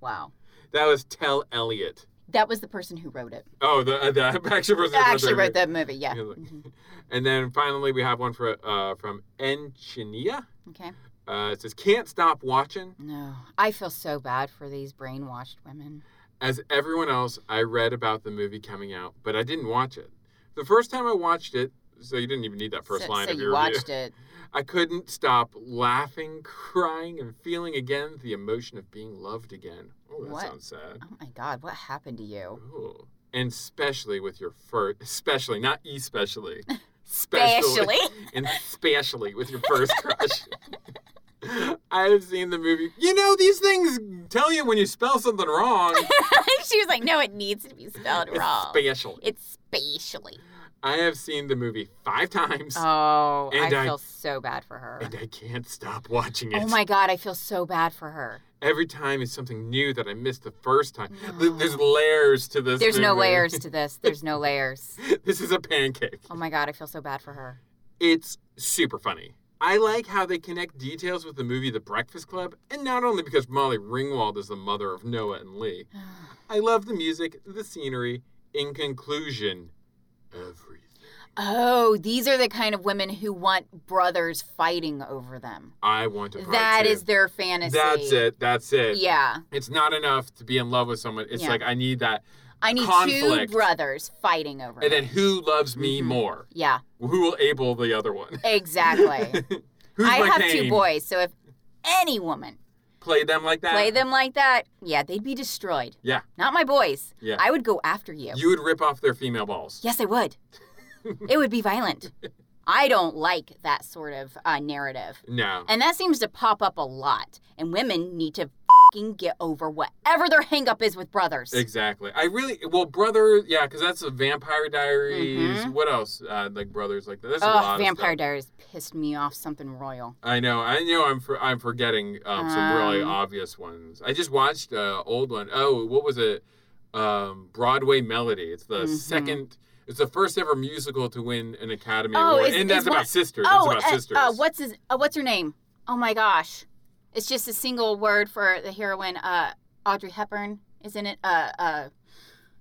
B: Wow.
C: That was Tell Elliot.
B: That was the person who wrote it.
C: Oh, the uh, the actual person
B: I actually
C: who
B: wrote that movie. Yeah.
C: Yeah, look.
B: Mhm.
C: And then finally we have one for uh, from Enchinia.
B: Okay.
C: Uh, it says can't stop watching.
B: No, I feel so bad for these brainwashed women.
C: As everyone else, I read about the movie coming out, but I didn't watch it. The first time I watched it, so you didn't even need that first
B: so,
C: line
B: so
C: of
B: you
C: your review.
B: watched it.
C: I couldn't stop laughing, crying, and feeling again the emotion of being loved again. Oh, that
B: What?
C: sounds sad.
B: Oh my god, what happened to you?
C: Ooh. And especially with your first, especially, not especially.
B: Especially.
C: and especially with your first crush. I have seen the movie. You know, these things tell you when you spell something wrong.
B: she was like, "No, it needs to be spelled wrong.
C: Especially.
B: it's spatially."
C: I have seen the movie five times,
B: Oh,
C: And
B: I
C: I-
B: feel so bad for her.
C: and I can't stop watching it.
B: Oh my god, I feel so bad for her.
C: Every time is something new that I missed the first time.
B: No.
C: Th- There's layers to this.
B: There's no
C: movie.
B: layers to this. There's no layers.
C: this is a pancake.
B: Oh my god, I feel so bad for her.
C: It's super funny. I like how they connect details with the movie The Breakfast Club, and not only because Molly Ringwald is the mother of Noah and Lee. I love the music, the scenery. In conclusion, everything.
B: Oh, these are the kind of women who want brothers fighting over them.
C: I want a part
B: That
C: two.
B: is their fantasy.
C: That's it. That's it.
B: Yeah.
C: It's not enough to be in love with someone. It's
B: Yeah.
C: like I need that.
B: I need
C: Conflict.
B: two brothers fighting over
C: And
B: it.
C: then who loves me
B: Mhm.
C: more?
B: Yeah,
C: Who will able the other one?
B: exactly.
C: Who's
B: I
C: my
B: have two
C: Cain?
B: boys, so if any woman
C: Play them like that.
B: play them like that, yeah, they'd be destroyed.
C: Yeah.
B: Not my boys.
C: Yeah.
B: I would go after you.
C: You would rip off their female balls.
B: Yes, I would. it would be violent. I don't like that sort of uh, narrative.
C: No.
B: And that seems to pop up a lot. And women need to fing get over whatever their hangup is with brothers.
C: Exactly. I really well, brother. Yeah, because that's a Vampire Diaries.
B: Mhm.
C: What else? Uh, like brothers like that. That's a
B: Ugh,
C: lot. of
B: Vampire
C: stuff.
B: Diaries pissed me off something royal.
C: I know. I know. I'm for, I'm forgetting um, some really
B: Um.
C: obvious ones. I just watched uh, old one. Oh, what was it? Um, Broadway Melody. It's the
B: Mhm.
C: second. It's the first ever musical to win an Academy
B: Oh,
C: Award,
B: is-
C: and
B: is
C: that's
B: one-
C: about sisters.
B: oh,
C: that's about
B: uh,
C: sisters.
B: uh, what's his? Uh, what's her name? Oh my gosh, it's just a single word for the heroine. Uh, Audrey Hepburn, isn't it? Uh, uh,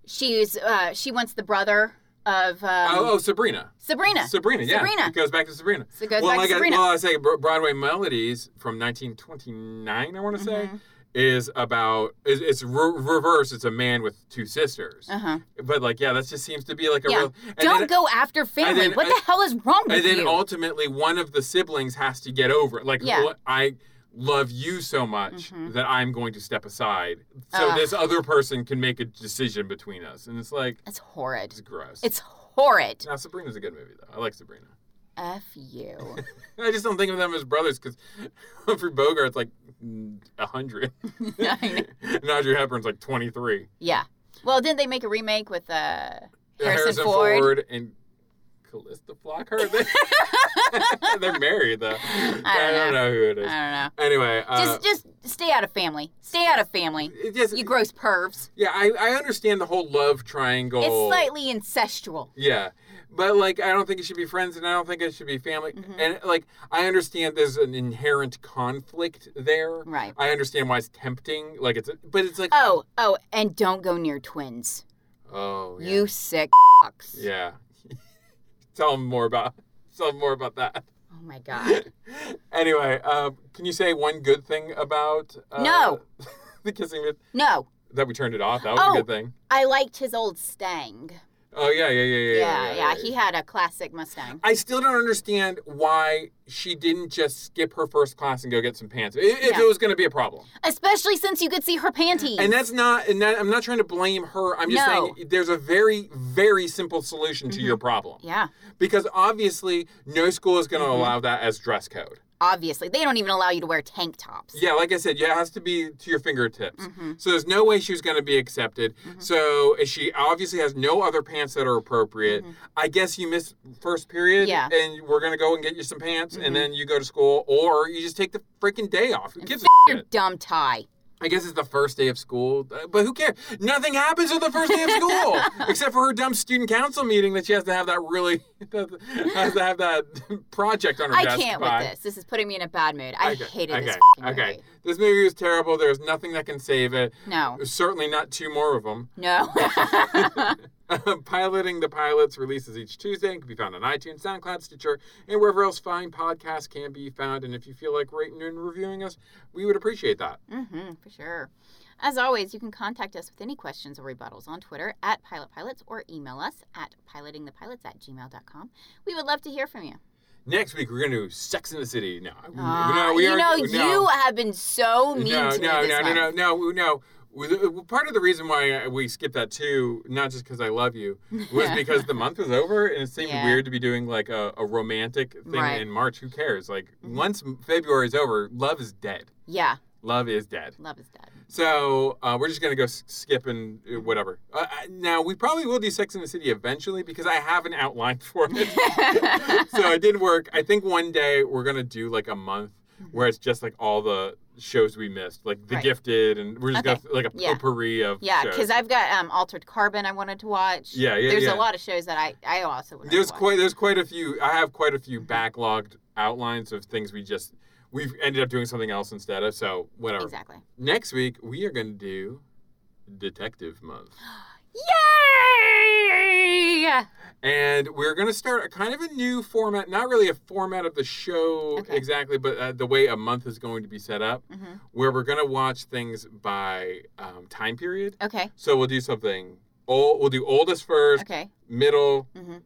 B: she's uh, she wants the brother of um,
C: oh, oh, Sabrina.
B: Sabrina.
C: Sabrina. Yeah.
B: Sabrina.
C: It goes back to Sabrina.
B: so it goes
C: well,
B: back
C: like
B: to Sabrina.
C: I, well, I say Bro- Broadway Melodies from 1929. I want to
B: Mm-hmm.
C: say is about is, it's re- reverse. It's a man with two sisters.
B: Uh huh.
C: But like, yeah, that just seems to be like a
B: Yeah.
C: real. and
B: Don't
C: then-
B: go after family.
C: then-
B: what the
C: and-
B: hell is wrong with
C: and then
B: you?
C: ultimately one of the siblings has to get over it. Like
B: Yeah.
C: "Well, I love you so much
B: Mhm.
C: that I'm going to step aside so
B: Ugh.
C: this other person can make a decision between us. And it's like
B: That's horrid.
C: it's gross.
B: It's horrid.
C: now Sabrina's a good movie though. I like Sabrina.
B: F you.
C: I just don't think of them as brothers because Humphrey Bogart's like mm, a hundred,
B: I
C: and Audrey Hepburn's like twenty three.
B: yeah. Well, didn't they make a remake with uh, Harrison, Ford?
C: and Callista Flockhart. They're married though. I
B: don't
C: don't, know. who it
B: I
C: is.
B: don't know.
C: Anyway, uh,
B: just, just stay out of family. Stay out of family.
C: It just,
B: You gross pervs.
C: yeah, I, I understand the whole love triangle.
B: It's slightly incestual.
C: yeah, but like I don't think it should be friends, and I don't think it should be family.
B: Mhm.
C: And like I understand there's an inherent conflict there.
B: Right.
C: I understand why it's tempting. Like it's, but it's like
B: Oh, oh, and don't go near twins.
C: oh, yeah.
B: Uh, You sick fucks.
C: yeah. tell them more about tell 'em more about that.
B: Oh my god.
C: anyway, uh, can you say one good thing about uh,
B: No.
C: the kissing myth
B: No,
C: that we turned it off? That was a
B: Oh.
C: good thing.
B: I liked his old Stang.
C: Oh yeah, yeah, yeah, yeah.
B: Yeah, yeah. He had a classic Mustang.
C: I still don't understand why she didn't just skip her first class and go get some pants i- if
B: Yeah.
C: it was going to be a problem.
B: Especially since you could see her panties.
C: And that's not, and that, I'm not trying to blame her. I'm just
B: No. Mm-hmm.
C: saying there's a very, very simple solution to your problem
B: yeah,
C: because obviously no school is going to
B: Mhm.
C: allow that as dress code.
B: obviously. They don't even allow you to wear tank tops.
C: Yeah, like I said, yeah, it has to be to your fingertips.
B: Mm-hmm.
C: So there's no way she was going to be accepted.
B: Mhm.
C: So she obviously has no other pants that are appropriate.
B: Mhm.
C: I guess you miss first period,
B: Yeah.
C: and we're gonna go and get you some pants,
B: Mhm.
C: and then you go to school, or you just take the freaking day off. Who gives a
B: Your
C: shit?
B: dumb tie.
C: I guess it's the first day of school, uh, but who cares? Nothing happens on the first day of school except for her dumb student council meeting that she has to have that really has to have that project on her
B: I
C: desk.
B: can't
C: by.
B: with this. This is putting me in a bad mood. I
C: Okay,
B: hated
C: okay,
B: this fucking
C: okay.
B: movie.
C: This movie was terrible. There's nothing that can save it.
B: No,
C: Certainly not two more of them.
B: no. Uh-huh.
C: Piloting the Pilots releases each Tuesday and can be found on iTunes, SoundCloud, Stitcher, and wherever else fine podcasts can be found. And if you feel like rating and reviewing us, we would appreciate that.
B: hmm for sure. As always, you can contact us with any questions or rebuttals on Twitter at PilotPilots or email us at pilotingthepilots at gmail.com. We would love to hear from you.
C: Next week, we're going to do Sex in the City. No, I-
B: Ah,
C: no, we
B: you
C: aren't-
B: know,
C: no,
B: you have been so mean
C: no,
B: to
C: no,
B: me this
C: no,
B: month.
C: no, no, no, no. Well, the- well, Part of the reason why uh, we skipped that too, not just because I love you, was because the month was over and it seemed
B: Yeah.
C: weird to be doing like a, a romantic thing
B: Right. Mm-hmm.
C: in March. Who cares? Like, once February is over, love is dead.
B: Yeah,
C: Love is dead.
B: love is dead.
C: So uh, we're just gonna go s- skip and uh, whatever. Uh, I- now we probably will do Sex in the City eventually because I have an outline for it. so it did work. I think one day we're gonna do like a month where it's just like all the shows we missed, like
B: Mm-hmm.
C: The
B: Right.
C: Gifted, and we're just
B: Okay.
C: gonna like a
B: Yeah.
C: potpourri of
B: Yeah,
C: shows.
B: because I've got um, Altered Carbon I wanted to watch.
C: yeah, yeah,
B: There's
C: yeah.
B: a lot of shows that I, I also would
C: There's
B: like to watch. Mm-hmm.
C: quite there's quite a few. I have quite a few backlogged outlines of things we just we've ended up doing something else instead of. So whatever.
B: Exactly.
C: Next week we are gonna do Detective Month.
B: Yay!
C: And we're going to start a kind of a new format, not really a format of the show
B: Okay.
C: exactly, but uh, the way a month is going to be set up,
B: hmm
C: where we're going to watch things by um, time period.
B: Okay.
C: So we'll do something old, we'll do oldest first,
B: Okay.
C: middle,
B: Mhm.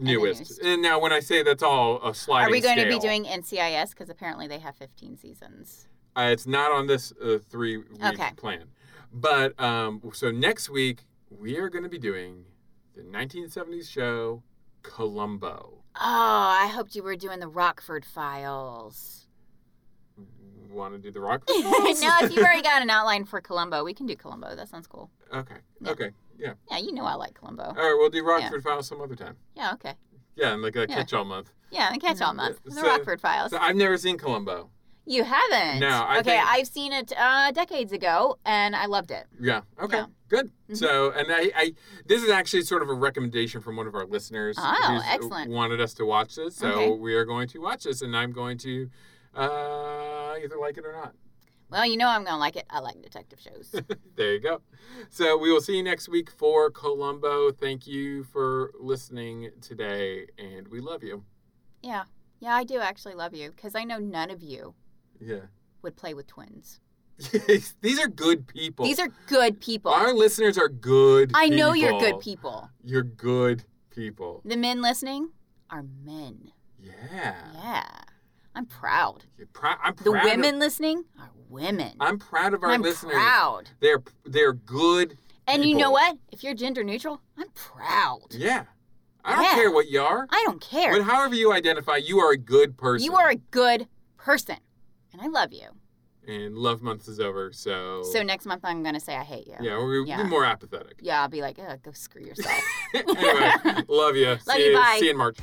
C: newest.
B: newest.
C: And now, when I say that's all a sliding
B: Are we going to be
C: scale.
B: doing NCIS? Because apparently they have 15 seasons.
C: Uh, it's not on this uh, three week
B: Okay.
C: plan. But um, so next week, we are going to be doing the 1970s show Columbo.
B: Oh, I hoped you were doing the Rockford Files.
C: Want to do the rock?
B: no, if you've already got an outline for Columbo, we can do Columbo. That sounds cool.
C: Okay.
B: Yeah.
C: Okay. Yeah.
B: Yeah, you know I like Columbo.
C: Uh, All right. We'll do Rockford Files some other time.
B: Yeah, okay.
C: Yeah, and like a
B: Yeah.
C: catch-all month.
B: Yeah, the catch all month. The
C: So-
B: Rockford Files.
C: So I've never seen Columbo.
B: you haven't?
C: No, I
B: okay,
C: think-
B: I've seen it uh, decades ago, and I loved it.
C: Yeah. Okay.
B: Yeah.
C: Good.
B: Mhm.
C: So, and I, I, this is actually sort of a recommendation from one of our listeners
B: Oh,
C: who's
B: excellent.
C: wanted us to watch this. So
B: Okay.
C: we are going to watch this, and I'm going to uh, either like it or not.
B: Well, you know I'm gonna like it. I like detective shows.
C: There you go. So we will see you next week for Columbo. Thank you for listening today, and we love you.
B: yeah, yeah, I do actually love you because I know none of you
C: Yeah.
B: would play with twins.
C: These are good people.
B: These are good people.
C: Our listeners are good
B: I know you're good people.
C: people. You're good people.
B: The men listening are men.
C: Yeah.
B: Yeah, I'm proud.
C: You're prou- I'm proud
B: The
C: of-
B: women listening are women.
C: I'm proud of our
B: I'm
C: listeners.
B: proud.
C: They're they're good.
B: And you know
C: people.
B: what? If you're gender neutral, I'm proud.
C: Yeah. I don't
B: Yeah.
C: care what you are.
B: I don't care.
C: But however you identify, you are a good person.
B: You are a good person. And I love you.
C: And love month is over, so
B: So next month I'm gonna say I hate you.
C: Oh. yeah, we're,
B: Yeah.
C: we're more apathetic.
B: Yeah, I'll be like, Ugh, go screw yourself.
C: anyway, love you.
B: Love
C: see
B: you, bye.
C: See you in March.